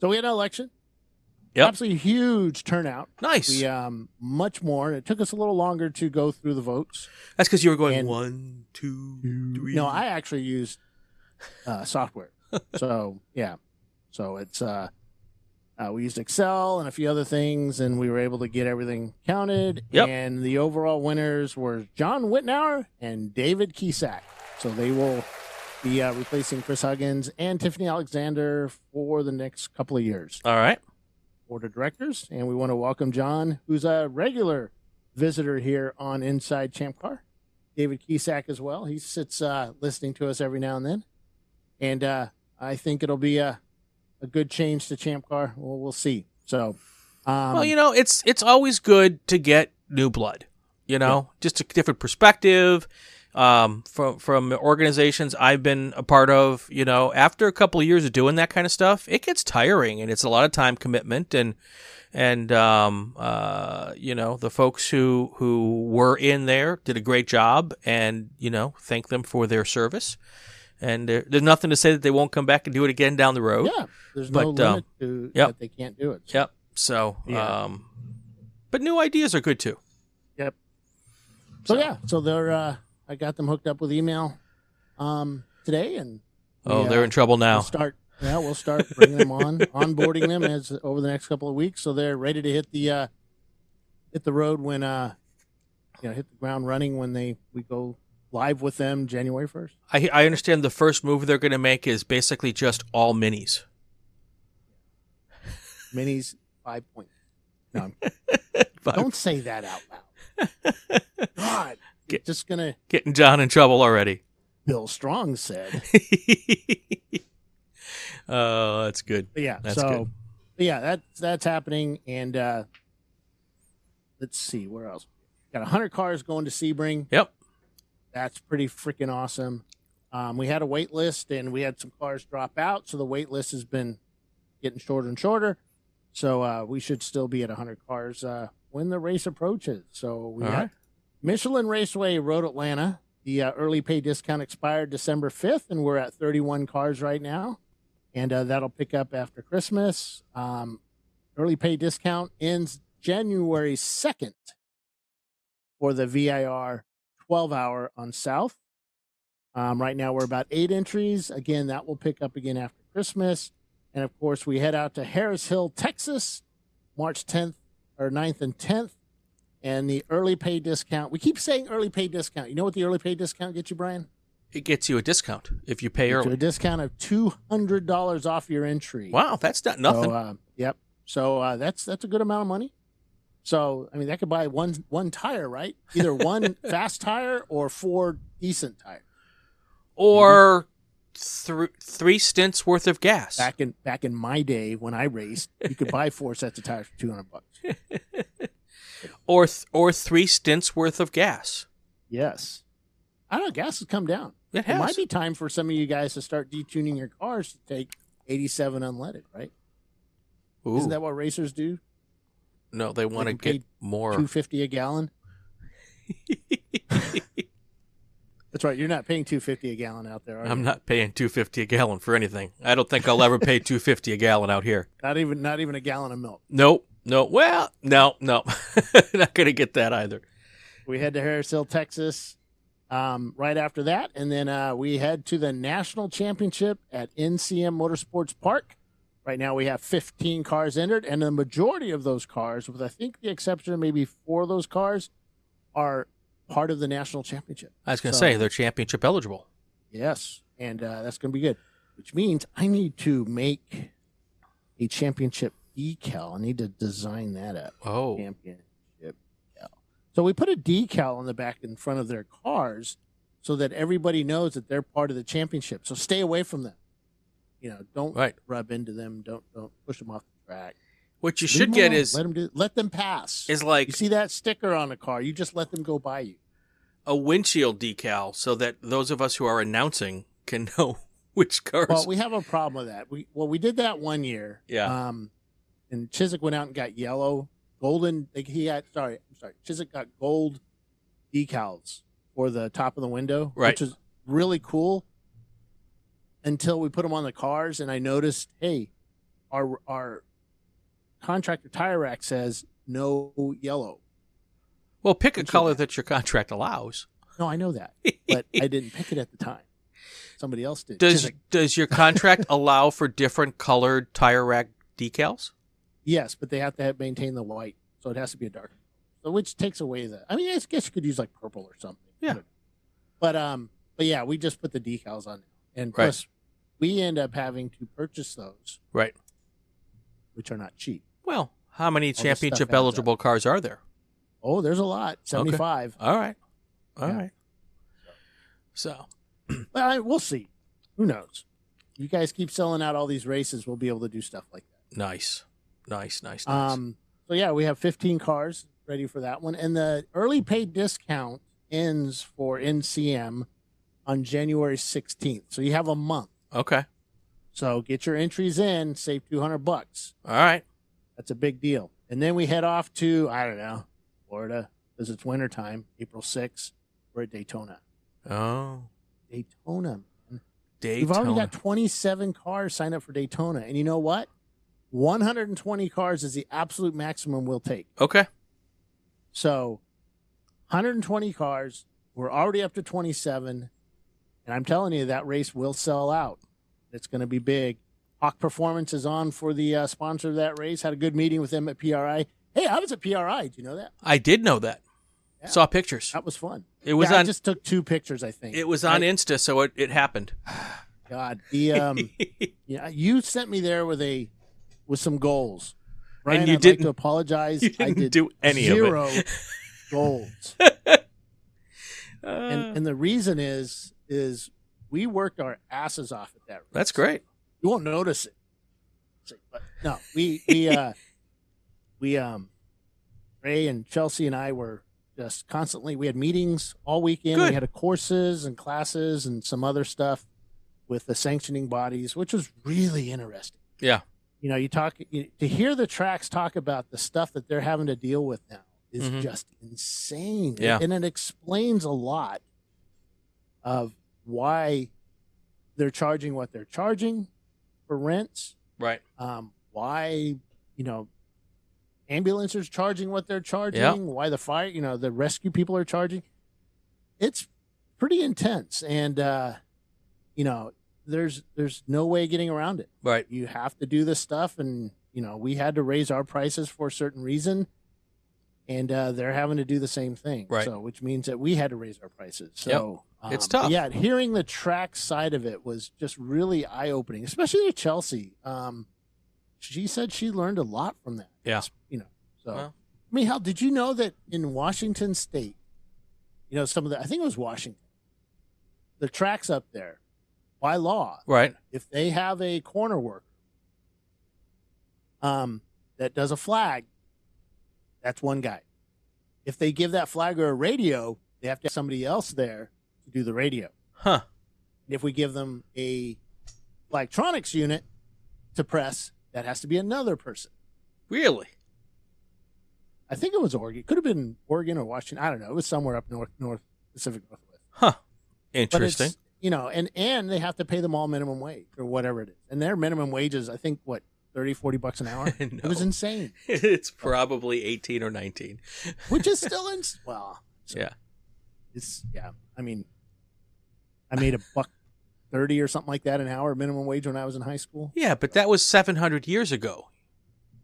S2: So we had an election.
S1: Yep.
S2: Absolutely huge turnout.
S1: Nice.
S2: We um much more. It took us a little longer to go through the votes.
S1: That's because you were going
S2: And-
S1: one, two, three.
S2: No, I actually used uh, software. so yeah, so it's uh, uh, we used Excel and a few other things, and we were able to get everything counted.
S1: Yep.
S2: And the overall winners were John Whitnour and David Kisak. So they will be uh, replacing Chris Huggins and Tiffany Alexander for the next couple of years
S1: All right.
S2: board of directors, and we want to welcome John, who's a regular visitor here on Inside Champ Car. David Kisak as well. He sits uh, listening to us every now and then, and uh, I think it'll be a a good change to Champ Car. Well, we'll see. So, um,
S1: well, you know, it's it's always good to get new blood. You know, just a different perspective um, from from organizations I've been a part of. You know, after a couple of years of doing that kind of stuff, it gets tiring and it's a lot of time commitment and and um, uh, you know the folks who who were in there did a great job and you know thank them for their service. And there, there's nothing to say that they won't come back and do it again down the road.
S2: yeah, there's no
S1: But, um,
S2: limit to
S1: yep.
S2: that they can't do it.
S1: Yep. So,
S2: Yeah.
S1: um, but new ideas are good too.
S2: So,
S1: So-
S2: yeah, so they're uh, I got them hooked up with email um, today, and uh,
S1: Oh,
S2: Yeah.
S1: they're in trouble now.
S2: We'll start. Yeah, we'll start bringing
S1: [laughs]
S2: them on, onboarding them as over the next couple of weeks, so they're ready to hit the uh, hit the road when uh, you know hit the ground running when they we go live with them January first.
S1: I I understand the first move they're going to make is basically just all minis.
S2: Minis five point. No, I'm-
S1: But
S2: [laughs] don't say that out loud.
S1: [laughs]
S2: God, you're
S1: Get-
S2: just gonna.
S1: getting John in trouble already. [laughs]
S2: Bill Strong said,
S1: oh, that's good.
S2: but yeah.
S1: That's
S2: so,
S1: good.
S2: but yeah, that that's happening, and uh, let's see where else. Got hundred cars going to Sebring.
S1: Yep.
S2: That's pretty freaking awesome. Um, we had a wait list and we had some cars drop out, so the wait list has been getting shorter and shorter. So uh, we should still be at 100 cars uh, when the race approaches. So we
S1: All
S2: got
S1: right.
S2: Michelin Raceway Road Atlanta. The uh, early pay discount expired December 5th, and we're at 31 cars right now, and uh, that'll pick up after Christmas. Um, early pay discount ends January 2nd for the VIR 12 hour on South. Um, right now, we're about eight entries. Again, that will pick up again after Christmas. And of course, we head out to Harris Hill, Texas, March 10th or 9th and 10th. And the early pay discount. We keep saying early pay discount. You know what the early pay discount gets you, Brian?
S1: It gets you a discount if you pay
S2: Gets you
S1: early.
S2: a discount of $200 off your entry.
S1: Wow, that's not nothing.
S2: So, uh, yep. So uh, that's that's a good amount of money. So I mean, that could buy one one tire, right? Either
S1: [laughs]
S2: one fast tire or four decent tires.
S1: or thr
S2: mm-hmm.
S1: three stints worth of gas. [laughs]
S2: Back in back in my day when I raced, you could buy four sets of tires for two hundred bucks.
S1: or th- or three stints worth of gas.
S2: Yes. I don't know. Gas has come down.
S1: It
S2: It
S1: has.
S2: might be time for some of you guys to start detuning your cars to take 87 unleaded, right?
S1: Ooh,
S2: Isn't that what racers do?
S1: no, they want to
S2: can pay
S1: get more.
S2: 250
S1: [laughs]
S2: a gallon? That's right. You're not paying 250 a gallon out there, are
S1: I'm
S2: you?
S1: not paying 250 a gallon for anything. I don't think I'll ever pay [laughs] 250 a gallon out here.
S2: Not even not even a gallon of milk.
S1: Nope. No. Well, no, no. [laughs] Not going to get that either.
S2: We head to Harris Hill, Texas, um, right after that, and then uh, we head to the national championship at NCM Motorsports Park. Right now, we have 15 cars entered, and the majority of those cars, with I think the exception of maybe four of those cars, are part of the national championship.
S1: I was going to
S2: So-
S1: say they're championship eligible.
S2: Yes, and uh, that's going to be good. Which means I need to make a championship decal. I need to design that up.
S1: Oh,
S2: championship decal. So we put a decal on the back in front of their cars so that everybody knows that they're part of the championship. So stay away from them. You know, don't
S1: right.
S2: rub into them. Don't don't push them off the track.
S1: What you
S2: Leave
S1: should
S2: them
S1: get
S2: alone.
S1: is
S2: let them do, let them pass.
S1: is like
S2: you see that sticker on a car? You just let them go by you.
S1: a windshield decal so that those of us who are announcing can [laughs] know which cars.
S2: Well, we have a problem with that. We well, we did that one year.
S1: Yeah.
S2: Um, and Chiswick went out and got yellow, golden. Like he had sorry, I'm sorry. Chiswick got gold decals for the top of the window,
S1: Right.
S2: which is really cool. Until we put them on the cars, and I noticed, hey, our our contractor tire rack says no yellow.
S1: Well, pick a
S2: Windshield
S1: color
S2: decal.
S1: that your contract allows.
S2: No, I know that, but I didn't pick it at the time. Somebody else did.
S1: Does
S2: Chiswick
S1: does your contract [laughs] allow for different colored tire rack decals?
S2: Yes, but they have to have, maintain the white, so it has to be a dark, so which takes away the. I mean, I guess you could use like purple or something.
S1: Yeah.
S2: But um, but yeah, we just put the decals on, and
S1: Right.
S2: plus we end up having to purchase those,
S1: Right.
S2: which are not cheap.
S1: Well, how many
S2: this stuff adds
S1: championship
S2: up.
S1: eligible cars are there?
S2: Oh, there's a lot, seventy five.
S1: All right. all right.
S2: Yeah.
S1: So,
S2: Well, I, we'll see. Who knows? You guys keep selling out all these races, we'll be able to do stuff like that.
S1: nice. Nice, nice, nice.
S2: Um, so yeah, we have 15 cars ready for that one, and the early pay discount ends for NCM on January 16th. So you have a month.
S1: okay.
S2: So get your entries in, save 200 bucks.
S1: All right.
S2: That's a big deal. And then we head off to I don't know Florida because it's wintertime, April 6th. We're at Daytona.
S1: Oh,
S2: Daytona. We've
S1: Daytona.
S2: already got 27 cars signed up for Daytona, and you know what? 120 cars is the absolute maximum we'll take.
S1: okay.
S2: So 120 cars. We're already up to 27. And I'm telling you, that race will sell out. It's going to be big. Hawk Performance is on for the uh, sponsor of that race. Had a good meeting with them at PRI. Hey, I was at PRI. Did you know that?
S1: I did know that.
S2: Yeah.
S1: Saw pictures.
S2: That was fun.
S1: It was
S2: Yeah, I
S1: on.
S2: just took two pictures, I think.
S1: It was on
S2: Thank
S1: Insta, so it, it happened.
S2: God,
S1: [laughs]
S2: the um, yeah, you sent me there with a with some goals. Brian,
S1: you
S2: I'd like
S1: didn't-
S2: to
S1: [laughs]
S2: apologize.
S1: you
S2: I
S1: didn't
S2: did
S1: do any of it.
S2: zero goals.
S1: Uh, Mm.
S2: and, and the reason is is we worked our asses off at that. Race.
S1: That's great.
S2: You won't notice it. It's like, but no, we
S1: [laughs]
S2: we uh, we um, Ray and Chelsea and I were just constantly. We had meetings all weekend.
S1: Good.
S2: We had a courses and classes and some other stuff with the sanctioning bodies, which was really interesting.
S1: Yeah.
S2: You know, you talk you, to hear the tracks talk about the stuff that they're having to deal with now is
S1: Mhm.
S2: just insane.
S1: Yeah.
S2: And it explains a lot of why they're charging what they're charging for rents,
S1: Right.
S2: um, why, you know, ambulances charging what they're charging,
S1: Yeah.
S2: why the fire, you know, the rescue people are charging. It's pretty intense. And, uh, you know, there's there's no way getting around it
S1: Right.
S2: you have to do this stuff and you know we had to raise our prices for a certain reason and uh, they're having to do the same thing
S1: Right.
S2: so which means that we had to raise our prices so
S1: It's
S2: um,
S1: tough.
S2: yeah hearing the track side of it was just really eye-opening especially to chelsea um, she said she learned a lot from that
S1: Yeah.
S2: you know so
S1: Well.
S2: i mean how did you know that in washington state you know some of the i think it was washington the tracks up there by law
S1: Right.
S2: if they have a corner worker um, that does a flag, That's one guy. If they give that flagger a radio, they have to have somebody else there to do the radio.
S1: Huh.
S2: And if we give them a electronics unit to press, that has to be another person.
S1: Really?
S2: I think it was Oregon. It could have been Oregon or Washington. I don't know. It was somewhere up north, north Pacific Northwest.
S1: Huh.
S2: But it's,
S1: Interesting. [laughs]
S2: you know, and and they have to pay them all minimum wage or whatever it is. And their minimum wage is, I think, what 30, 40 bucks an hour. It
S1: [laughs]
S2: was
S1: No.
S2: insane,
S1: it's probably 18 or 19.
S2: which is still in. Well, so
S1: Yeah.
S2: it's yeah. I mean, I made a buck thirty or something like that an hour minimum wage when I was in high school.
S1: Yeah, but that was 700 years ago.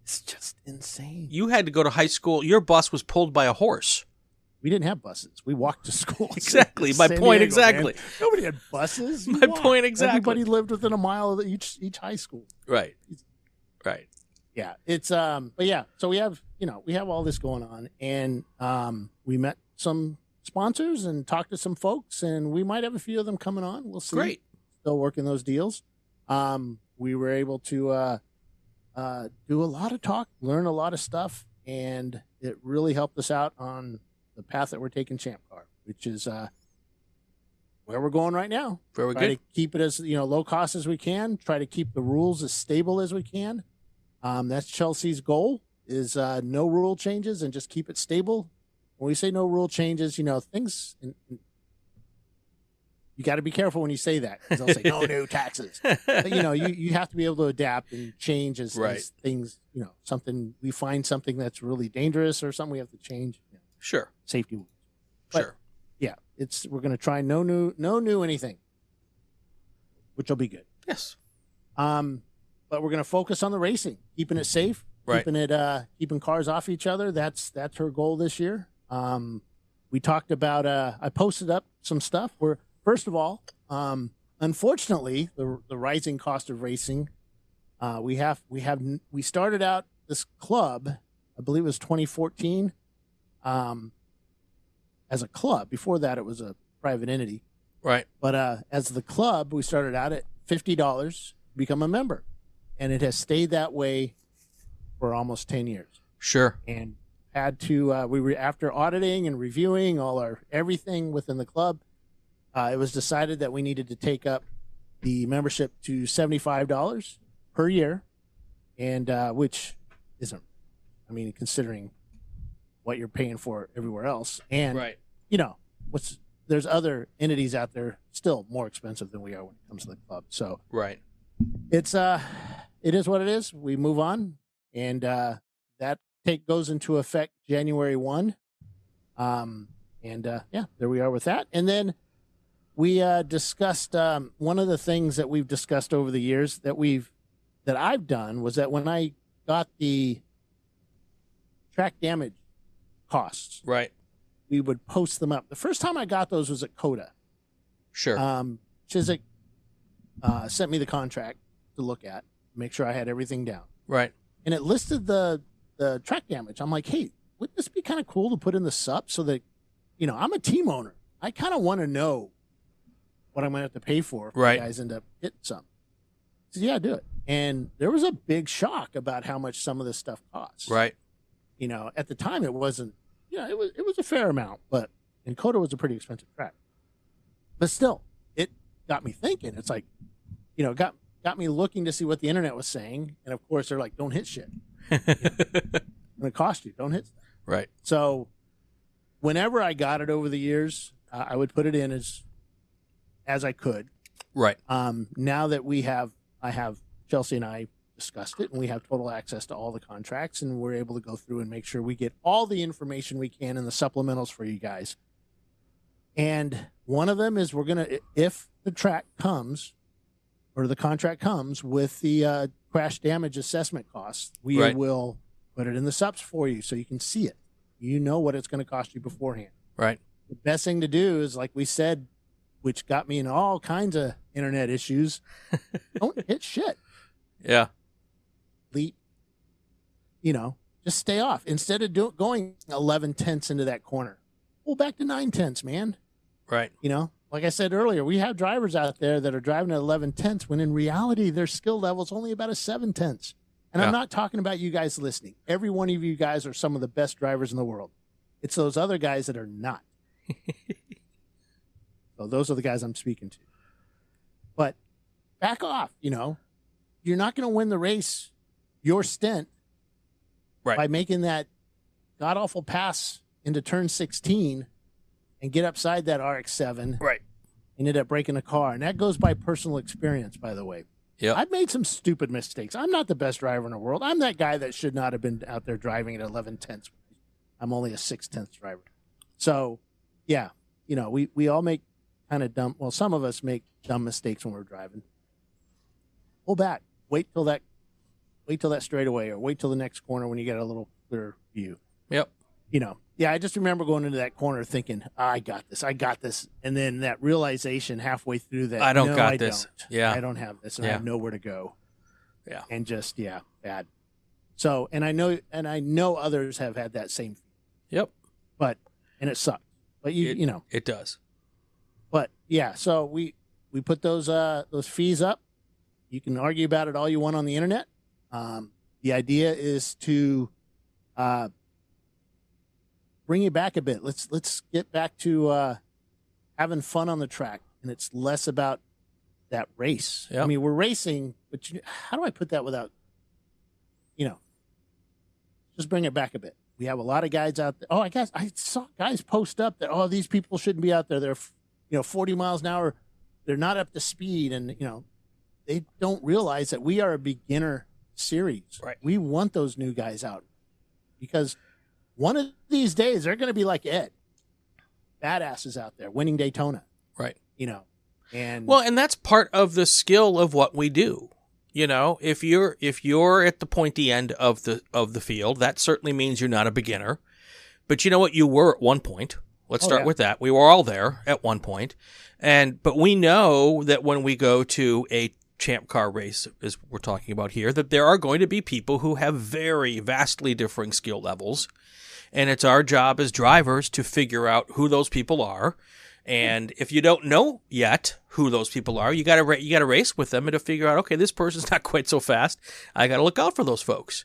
S2: It's just insane.
S1: You had to go to high school. Your bus was pulled by a
S2: [laughs]
S1: horse.
S2: we didn't have buses. We walked to school. [laughs]
S1: Exactly. My
S2: San
S1: point
S2: man.
S1: exactly.
S2: Nobody had buses. You
S1: My
S2: walked.
S1: point exactly.
S2: Everybody lived within a mile of each each high school.
S1: Right. Right.
S2: yeah it's um but yeah so we have you know we have all this going on and um we met some sponsors and talked to some folks and we might have a few of them coming on we'll see
S1: Great.
S2: still working those deals um we were able to uh uh do a lot of talk learn a lot of stuff and it really helped us out on the path that we're taking champ car which is uh where we're going right now
S1: Very
S2: try
S1: good.
S2: to keep it as you know low cost as we can try to keep the rules as stable as we can um, that's chelsea's goal is uh, no rule changes and just keep it stable when we say no rule changes you know things and, and you got to be careful when you say that 'cause they'll say
S1: [laughs]
S2: no new taxes [laughs] But, you know you, you have to be able to adapt and change as,
S1: Right.
S2: as things you know something we find something that's really dangerous or something we have to change you know,
S1: [laughs] sure.
S2: safety rules. But-
S1: Sure.
S2: yeah it's we're going to try no new no new anything which will be good
S1: Yes.
S2: um, but we're going to focus on the racing, keeping it safe,
S1: Right.
S2: keeping it uh, keeping cars off each other. That's that's her goal this year. Um, we talked about. Uh, I posted up some stuff. Where first of all, um, unfortunately, the the rising cost of racing. Uh, we have we have we started out this club, I believe it was 2014, um, as a club. Before that, it was a private entity.
S1: Right.
S2: But uh, as the club, we started out at fifty dollars to become a member, and it has stayed that way for almost ten years.
S1: Sure.
S2: And had to uh, we were after auditing and reviewing all our everything within the club, uh, it was decided that we needed to take up the membership to seventy five dollars per year, and uh, which isn't, I mean, considering what you're paying for everywhere else, and
S1: Right.
S2: you know, what's there's other entities out there still more expensive than we are when it comes to the club. So
S1: Right.
S2: it's uh it is what it is. We move on and uh that take goes into effect January one. Um and uh yeah, there we are with that. And then we uh discussed um one of the things that we've discussed over the years that we've that I've done was that when I got the track damage costs
S1: Right.
S2: we would post them up. The first time I got those was at Coda.
S1: Sure.
S2: Um, Chiswick uh, sent me the contract to look at, make sure I had everything down,
S1: right.
S2: and it listed the the track damage. I'm like, hey, would this be kind of cool to put in the sub so that, you know, I'm a team owner. I kind of want to know what I'm going to have to pay for if
S1: Right.
S2: you guys end up getting some. So yeah, do it. And there was a big shock about how much some of this stuff costs [laughs]
S1: Right.
S2: you know, at the time it wasn't, you know, it was it was a fair amount, but and Coda was a pretty expensive track. But still, it got me thinking. It's like, you know, got got me looking to see what the internet was saying, and of course they're like, "Don't hit shit. It's gonna cost you. Don't hit." stuff."
S1: right.
S2: So, whenever I got it over the years, uh, I would put it in as as I could.
S1: Right.
S2: Um, now that we have, I have Chelsea and I discussed it, and we have total access to all the contracts, and we're able to go through and make sure we get all the information we can in the supplementals for you guys. And one of them is we're gonna, if the track comes, or the contract comes with the uh, crash damage assessment costs, we
S1: Right.
S2: will put it in the subs for you so you can see it. You know what it's going to cost you beforehand
S1: Right.
S2: the best thing to do is like we said which got me in all kinds of internet issues don't hit shit
S1: Yeah.
S2: leap you know just stay off instead of do- going 11 tenths into that corner pull back to 9 tenths man
S1: Right.
S2: you know like i said earlier we have drivers out there that are driving at 11 tenths when in reality their skill level's only about a 7 tenths And
S1: Yeah.
S2: I'm not talking about you guys listening. Every one of you guys are some of the best drivers in the world. It's those other guys that
S1: [laughs]
S2: are not. so those are the guys I'm speaking to. But back off, you know. You're not going to win the race, your stint,
S1: Right.
S2: by making that god awful pass into turn 16 and get upside that RX7
S1: Right.
S2: ended up breaking a car. And that goes by personal experience, by the way.
S1: Yep.
S2: I've made some stupid mistakes. I'm not the best driver in the world. I'm that guy that should not have been out there driving at 11 tenths. I'm only a six tenths driver. So, yeah, you know, we, we all make kind of dumb, well, some of us make dumb mistakes when we're driving. Pull back. Wait till that, wait till that straightaway or wait till the next corner when you get a little clearer view
S1: Yep.
S2: you know, yeah, I just remember going into that corner thinking, I got this, I got this. And then that realization halfway through that,
S1: I don't
S2: "No,
S1: got
S2: I
S1: this."
S2: don't.
S1: Yeah.
S2: I don't have this and I
S1: Yeah.
S2: have nowhere to go.
S1: Yeah.
S2: And just, yeah, bad. So, and I know, and I know others have had that same,
S1: Yep.
S2: but, and it sucked, but you, you know,
S1: It does.
S2: but yeah, so we, we put those, uh, those fees up. You can argue about it all you want on the internet. Um, the idea is to, uh, bring you back a bit. Let's let's get back to uh, having fun on the track, and it's less about that race.
S1: Yep.
S2: I mean, we're racing, but you, how do I put that without, you know, just bring it back a bit. We have a lot of guys out there. Oh, I guess I saw guys post up that oh these people shouldn't be out there. They're you know 40 miles an hour. They're not up to speed, and you know they don't realize that we are a beginner series.
S1: Right.
S2: We want those new guys out because one of these days they're going to be like Ed, badasses out there winning Daytona,
S1: Right.
S2: you know. And
S1: Well, and that's part of the skill of what we do. You know, if you're if you're at the pointy end of the of the field, that certainly means you're not a beginner. But you know what? You were at one point. Let's
S2: Oh,
S1: start
S2: yeah.
S1: with that. We were all there at one point, and but we know that when we go to a champ car race, as we're talking about here, that there are going to be people who have very vastly differing skill levels, and it's our job as drivers to figure out who those people are. And if you don't know yet who those people are, you gotta ra- you gotta race with them and to figure out okay, this person's [laughs] not quite so fast. I gotta look out for those folks,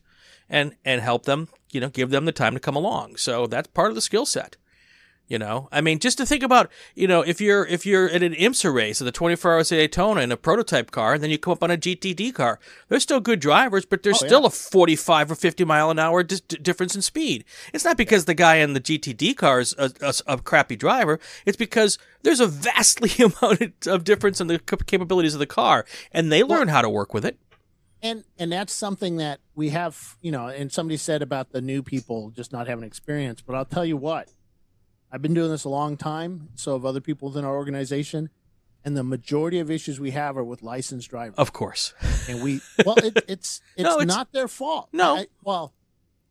S1: and and help them. You know, give them the time to come along. So that's part of the skill set. You know, I mean, just to think about, you know, if you're if you're at an IMSA race at the 24 Hours of Daytona in a prototype car, and then you come up on a GTD car, they're still good drivers, but there's
S2: Oh, yeah.
S1: still a 45 or 50 mile an hour dis- difference in speed. It's not because the guy in the GTD car is a, a, a crappy driver. It's because there's a vastly [laughs] amount of difference in the cap- capabilities of the car, and they learn how to work with it.
S2: and and that's something that we have you know and somebody said about the new people just not having experience but i'll tell you what i've been doing this a long time so have other people within our organization and the majority of issues we have are with licensed drivers
S1: Of course. [laughs]
S2: and we well it, it's it's,
S1: No, it's-
S2: not their fault
S1: No.
S2: I- well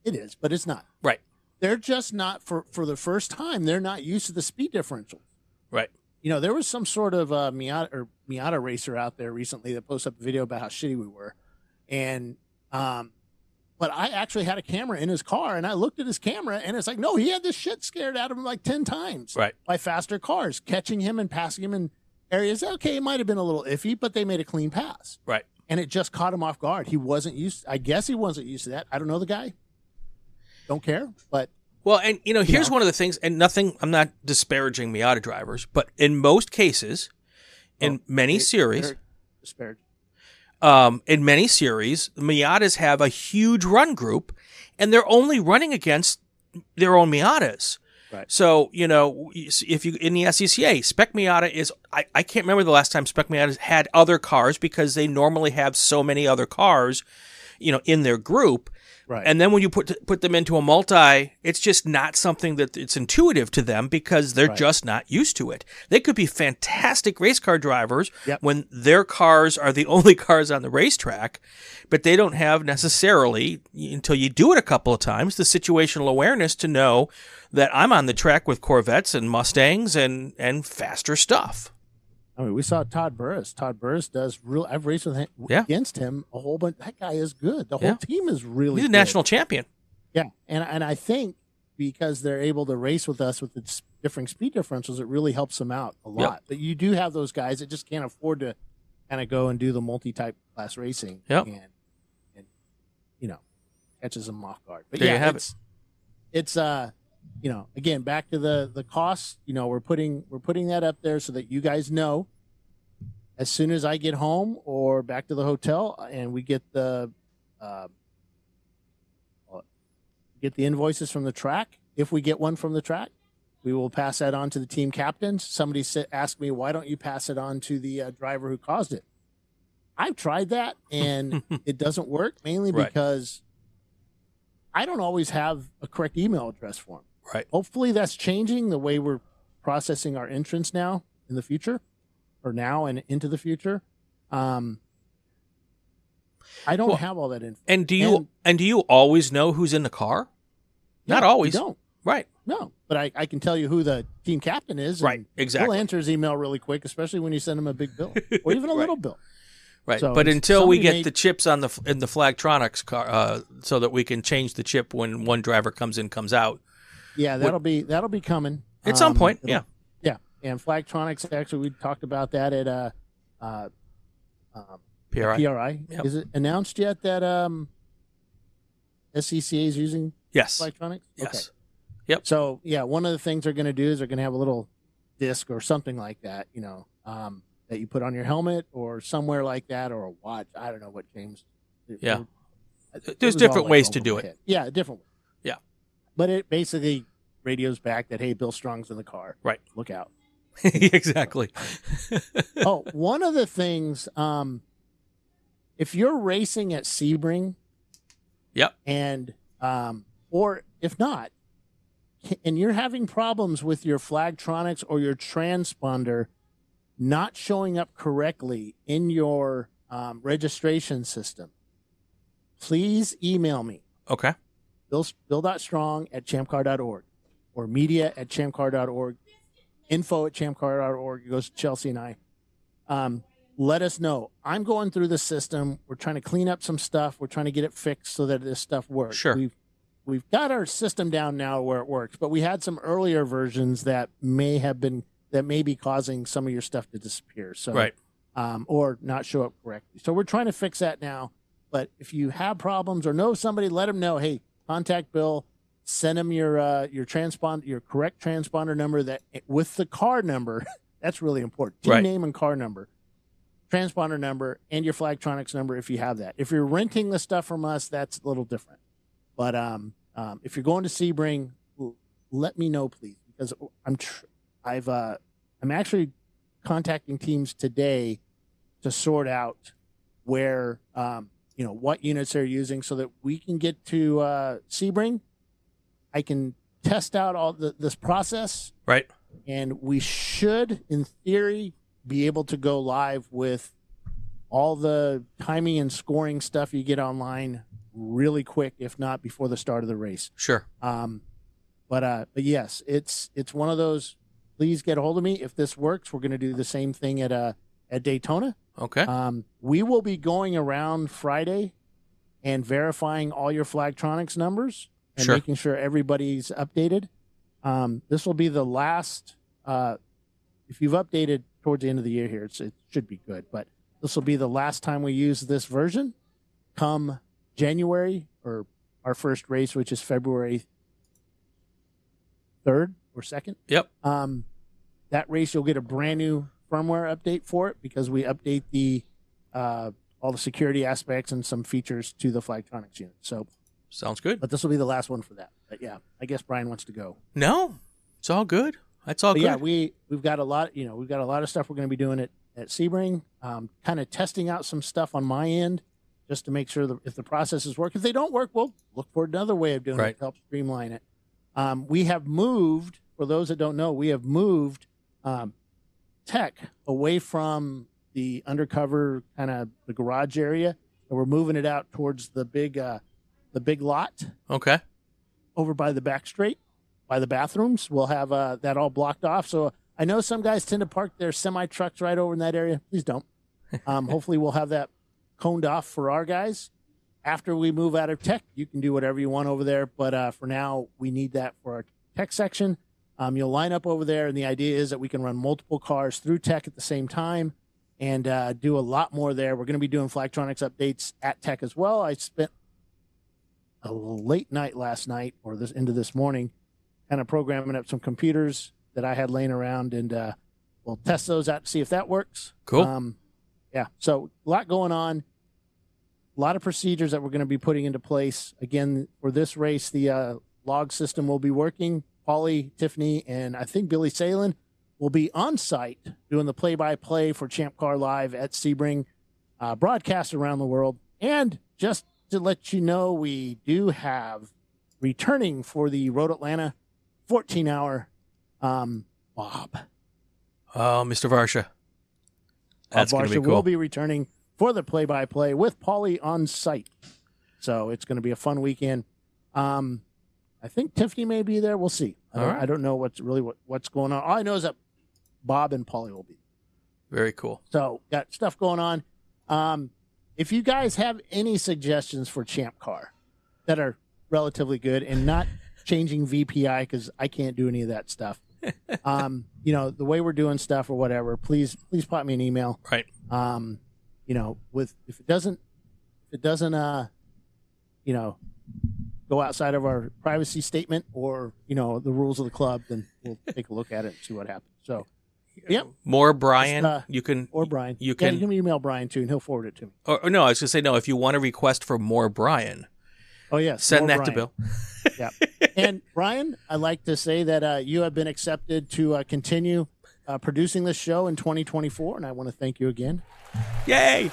S2: it is but it's not
S1: Right.
S2: they're just not for for the first time they're not used to the speed differential
S1: Right.
S2: you know, there was some sort of uh, Miata or Miata racer out there recently that posted up a video about how shitty we were, and um, but I actually had a camera in his car, and I looked at his camera, and it's like, no, he had this shit scared out of him like ten times
S1: Right.
S2: by faster cars catching him and passing him in areas. Okay, it might have been a little iffy, but they made a clean pass,
S1: Right.
S2: and it just caught him off guard. He wasn't used. I guess he wasn't used to that. I don't know the guy. Don't care, but
S1: Well, and you know, here's
S2: know?
S1: one of the things, and nothing. I'm not disparaging Miata drivers, but in most cases, in
S2: Oh,
S1: many
S2: they-
S1: series,
S2: they're disparaged.
S1: um, in many series, Miatas have a huge run group, and they're only running against their own Miatas.
S2: Right.
S1: So you know, if you in the SCCA, Spec Miata is I, I can't remember the last time Spec Miata had other cars because they normally have so many other cars, you know, in their group.
S2: Right.
S1: And then when you put put them into a multi, it's just not something that it's intuitive to them because they're
S2: Right.
S1: just not used to it. They could be fantastic race car drivers
S2: Yep.
S1: when their cars are the [laughs] only cars on the racetrack, but they don't have necessarily until you do it a couple of times the situational awareness to know that I'm on the track with Corvettes and Mustangs and and faster stuff.
S2: I mean, we saw Todd Burris. Todd Burris does real. I've raced with him,
S1: Yeah.
S2: against him a whole bunch. That guy is good. The whole
S1: Yeah.
S2: team is really
S1: He's a
S2: good.
S1: national champion.
S2: Yeah, and and I think because they're able to race with us with the s- differing speed differentials, it really helps them out a lot. But you do have those guys that just can't afford to kind of go and do the multi-type class racing.
S1: Yep.
S2: And, and catches them off guard. But
S1: There you
S2: yeah,
S1: have it.
S2: it's, it's uh, you know, again back to the the cost. You know, we're putting we're putting that up there so that you guys know. As soon as I get home or back to the hotel, and we get the uh, get the invoices from the track. If we get one from the track, we will pass that on to the team captains. Somebody sa- asked me, why don't you pass it on to the uh, driver who caused it? I've tried that
S1: [laughs]
S2: and it doesn't work, mainly
S1: Right.
S2: because I don't always have a correct email address for them.
S1: Right.
S2: Hopefully, that's changing the way we're processing our entrance now in the future, or now and into the future. Um, I don't
S1: Well,
S2: have all that info.
S1: And do you and,
S2: And-
S1: do you always know who's in the car? Not
S2: No, you
S1: always.
S2: Don't.
S1: Right.
S2: No, but I, I can tell you who the team captain is. and
S1: Right, exactly.
S2: He'll answer his email really quick, especially when you send him a big bill or even
S1: [laughs]
S2: a
S1: Right.
S2: little bill.
S1: Right.
S2: So
S1: but
S2: if
S1: until we
S2: somebody
S1: get
S2: made-
S1: the chips on the f- in the Flagtronics car, uh, so that we can change the chip when one driver comes in, comes out
S2: Yeah, that'll be that'll be coming
S1: at some
S2: Um,
S1: point.
S2: it'll-
S1: Yeah.
S2: yeah. And Flagtronics actually, we talked about that at uh, uh um,
S1: PRI.
S2: PRI.
S1: Yep.
S2: Is it announced yet that um SCCA is using
S1: Yes.
S2: Flagtronics? Okay.
S1: yes.
S2: So yeah, one of the things they're going to do is they're going to have a little disc or something like that, you know, um, that you put on your helmet or somewhere like that or a watch. I don't know what James. it-
S1: Yeah.
S2: it- uh, it
S1: There's
S2: was all,
S1: different
S2: like,
S1: ways to
S2: over
S1: do
S2: my
S1: it.
S2: head. Yeah, different. ways.
S1: Yeah.
S2: But it basically radios back that hey, Bill Strong's in the car.
S1: Right.
S2: Look out.
S1: [laughs] exactly.
S2: oh, one of the things, um, if you're racing at Sebring,
S1: Yep.
S2: and um, or if not, ca- and you're having problems with your Flagtronics or your transponder not showing up correctly in your um, registration system, please email me
S1: Okay.
S2: bill, bill.strong at champcar.org or media at champcar.org, info at champcar.org. It goes to Chelsea and I. Um, let us know. I'm going through the system. We're trying to clean up some stuff. We're trying to get it fixed so that this stuff works.
S1: Sure.
S2: We've, we've got our system down now where it works, but we had some earlier versions that may have been, that may be causing some of your stuff to disappear. So,
S1: Right.
S2: um, or not show up correctly. So we're trying to fix that now. But if you have problems or know somebody, let them know. Hey, contact Bill. Send him your uh, your transponder, your correct transponder number that with the car number. [laughs] That's really important. Team
S1: Right.
S2: name and car number, transponder number, and your Flagtronics number if you have that. If you're renting the stuff from us, that's a little different. But um, um, if you're going to Sebring, l- let me know please because I'm tr- I've uh, I'm actually contacting teams today to sort out where um, you know what units they're using so that we can get to uh, Sebring. I can test out all the, this process,
S1: Right.
S2: and we should, in theory, be able to go live with all the timing and scoring stuff you get online really quick, if not before the start of the race.
S1: Sure.
S2: Um, but uh, but yes, it's it's one of those. Please get a hold of me if this works. We're going to do the same thing at uh at Daytona.
S1: Okay.
S2: Um, we will be going around Friday and verifying all your Flagtronics numbers and
S1: Sure.
S2: making sure everybody's updated. Um, this will be the last. Uh, if you've updated towards the end of the year here, it's, it should be good. But this will be the last time we use this version. Come January or our first race, which is February third or second.
S1: Yep.
S2: Um, that race, you'll get a brand new firmware update for it because we update the uh, all the security aspects and some features to the Flagtronics unit. So,
S1: Sounds good.
S2: but this will be the last one for that. But yeah, I guess Brian wants to go.
S1: No, it's all good. That's all
S2: But
S1: good.
S2: yeah, we we've got a lot. You know, we've got a lot of stuff we're going to be doing at at Sebring. Um, kind of testing out some stuff on my end just to make sure that if the processes work. If they don't work, we'll look for another way of doing
S1: Right.
S2: it to help streamline it. Um, we have moved. For those that don't know, we have moved um, tech away from the undercover kind of the garage area, and we're moving it out towards the big uh, the big lot
S1: okay.
S2: over by the back straight by the bathrooms. We'll have uh, that all blocked off. So I know some guys tend to park their semi trucks right over in that area. Please don't. Um, hopefully, we'll have that coned off for our guys. After we move out of tech, you can do whatever you want over there. But uh, for now, we need that for our tech section. Um, you'll line up over there, and the idea is that we can run multiple cars through tech at the same time and uh, do a lot more there. We're going to be doing Flagtronics updates at tech as well. I spent a late night last night or this into this morning, kind of programming up some computers that I had laying around, and uh, we'll test those out to see if that works.
S1: Cool.
S2: Um, yeah. So a lot going on. A lot of procedures that we're going to be putting into place. Again, for this race, the uh, log system will be working. Polly, Tiffany, and I think Billy Salen will be on site doing the play-by-play for Champ Car Live at Sebring, uh, broadcast around the world. And just to let you know, we do have returning for the Road Atlanta 14-hour um, Bob.
S1: Oh, Mr. Varsha. That's
S2: Bob
S1: going to be
S2: Barsha Uh, will
S1: cool.
S2: be returning for the play-by-play with Paulie on site. So it's going to be a fun weekend. Um, I think Tiffany may be there. We'll see. I
S1: All
S2: don't,
S1: right.
S2: I don't know what's really what, what's going on. All I know is that Bob and Paulie will be.
S1: Very cool.
S2: So got stuff going on. Um, if you guys have any suggestions for Champ Car that are relatively good and
S1: [laughs]
S2: not changing VPI because I can't do any of that stuff, um, you know the way we're doing stuff or whatever, please please pop me an email.
S1: Right.
S2: Um, you know, with if it doesn't if it doesn't uh, you know, go outside of our privacy statement or you know the rules of the club, then we'll take a look at it and see what happens. So Yep.
S1: More Brian.
S2: Just, uh,
S1: you can.
S2: or Brian,
S1: You
S2: yeah,
S1: can-
S2: you can email Brian too, and he'll forward it to me.
S1: Or, or no, I was going to say no. If you want a request for more Brian,
S2: Oh yes,
S1: send
S2: more
S1: that to
S2: Brian.
S1: Bill.
S2: and Brian, I'd like to say that uh, you have been accepted to uh, continue uh, producing this show in 2024, and I want to thank you again.
S1: Yay!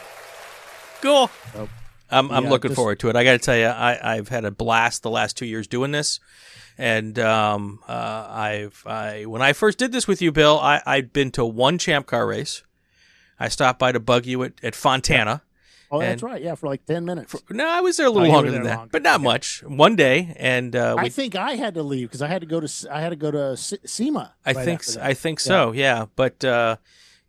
S1: Cool.
S2: So,
S1: I'm, I'm
S2: yeah,
S1: looking
S2: just-
S1: forward to it. I got to tell you, I, I've had a blast the last two years doing this, and um, uh, I've I when I first did this with you, Bill, I I'd been to one champ car race. I stopped by to bug you at, at Fontana.
S2: Oh, that's
S1: And-
S2: right. Yeah, for like 10 minutes.
S1: No, I was there a little
S2: Oh, you were
S1: longer
S2: there
S1: than that,
S2: longer.
S1: but not much. One day, and uh, we
S2: I think I had to leave because I had to go to S- I had to go to S- SEMA.
S1: I
S2: right
S1: think
S2: after
S1: s-
S2: that.
S1: I think so. Yeah, but uh,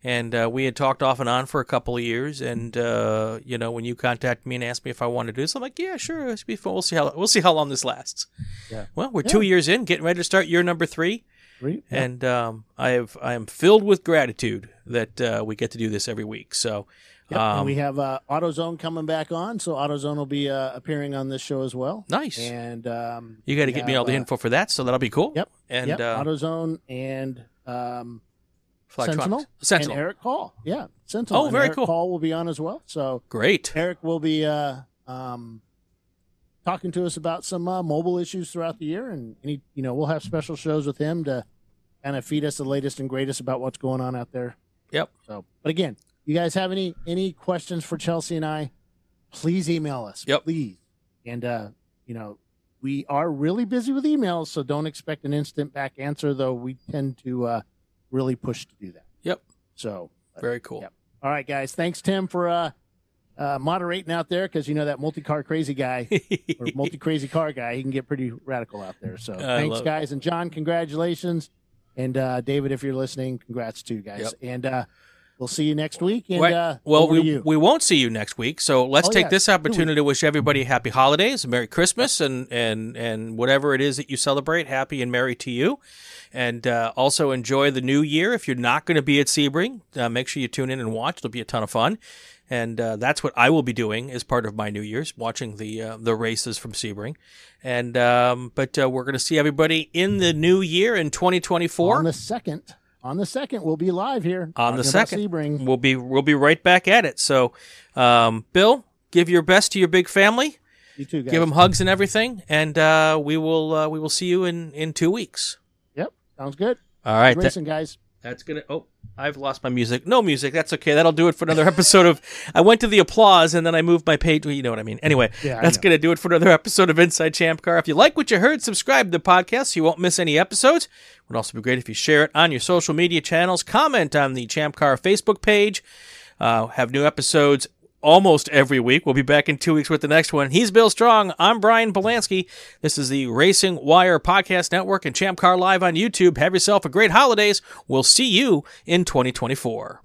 S1: and uh, we had talked off and on for a couple of years, and uh, you know when you contacted me and asked me if I wanted to do this, I'm like, yeah, sure, it should be fun. We'll see how we'll see how long this lasts.
S2: Yeah.
S1: Well, we're two years in, getting ready to start year number three,
S2: Re- yeah.
S1: and um, I have I am filled with gratitude that uh, we get to do this every week. So,
S2: Yep,
S1: um,
S2: and we have uh, AutoZone coming back on, so AutoZone will be uh, appearing on this show as well.
S1: nice.
S2: And um,
S1: you got to
S2: we
S1: get me
S2: have,
S1: all the
S2: uh,
S1: info for that, so that'll be cool.
S2: Yep,
S1: And
S2: yep,
S1: uh,
S2: AutoZone and um,
S1: Flextronics.
S2: Sentinel
S1: Sentinel.
S2: and Eric Hall. Yeah, Sentinel.
S1: Oh,
S2: and
S1: very
S2: Eric
S1: cool.
S2: Hall will be on as well. So
S1: Great.
S2: Eric will be uh, um, talking to us about some uh, mobile issues throughout the year, and any you know we'll have special shows with him to kind of feed us the latest and greatest about what's going on out there.
S1: Yep.
S2: So, but again, you guys have any any questions for Chelsea and I? Please email us.
S1: Yep.
S2: Please, and uh, you know we are really busy with emails, so don't expect an instant back answer. Though we tend to uh, really push to do that.
S1: Yep.
S2: So
S1: Very cool. [laughs]
S2: Yep. all right, guys. Thanks, Tim, for uh, uh, moderating out there because you know that multi-car
S1: [laughs]
S2: crazy guy or multi-crazy car guy, he can get pretty radical out there. So thanks,
S1: love it.
S2: guys, and John, congratulations, and uh, David, if you're listening, congrats too, guys, and uh, we'll see you next week. And
S1: Right.
S2: uh,
S1: well,
S2: over to
S1: we,
S2: you.
S1: we won't see you next week. So let's
S2: Oh,
S1: take
S2: yeah.
S1: this opportunity to wish everybody happy holidays, Merry Christmas, and, and, and whatever it is that you celebrate, happy and merry to you. And uh, also enjoy the new year. If you're not going to be at Sebring, uh, make sure you tune in and watch. It'll be a ton of fun. And uh, that's what I will be doing as part of my New Year's, watching the uh, the races from Sebring. And um, but uh, we're going to see everybody in the new year in 2024.
S2: on the second, on the second, we'll be live here
S1: on the
S2: talking about
S1: second.
S2: Sebring.
S1: We'll be we'll be right back at it. So, um, Bill, give your best to your big family.
S2: You too, guys.
S1: Give them hugs and everything, and uh, we will uh, we will see you in in two weeks.
S2: Yep, sounds good.
S1: All right, that-
S2: Racing guys.
S1: that's gonna. Oh, I've lost my music. No music. That's okay. That'll do it for another [laughs] episode of. I went to the applause and then I moved my page. You know what I mean. Anyway,
S2: Yeah, I
S1: that's
S2: know.
S1: gonna do it for another episode of Inside Champ Car. If you like what you heard, subscribe to the podcast so you won't miss any episodes. It would also be great if you share it on your social media channels. Comment on the Champ Car Facebook page. Uh, have new episodes almost every week. We'll be back in two weeks with the next one. He's Bill Strong. I'm Brian Polanski. This is the Racing Wire Podcast Network and Champ Car Live on YouTube. Have yourself a great holidays. We'll see you in 2024.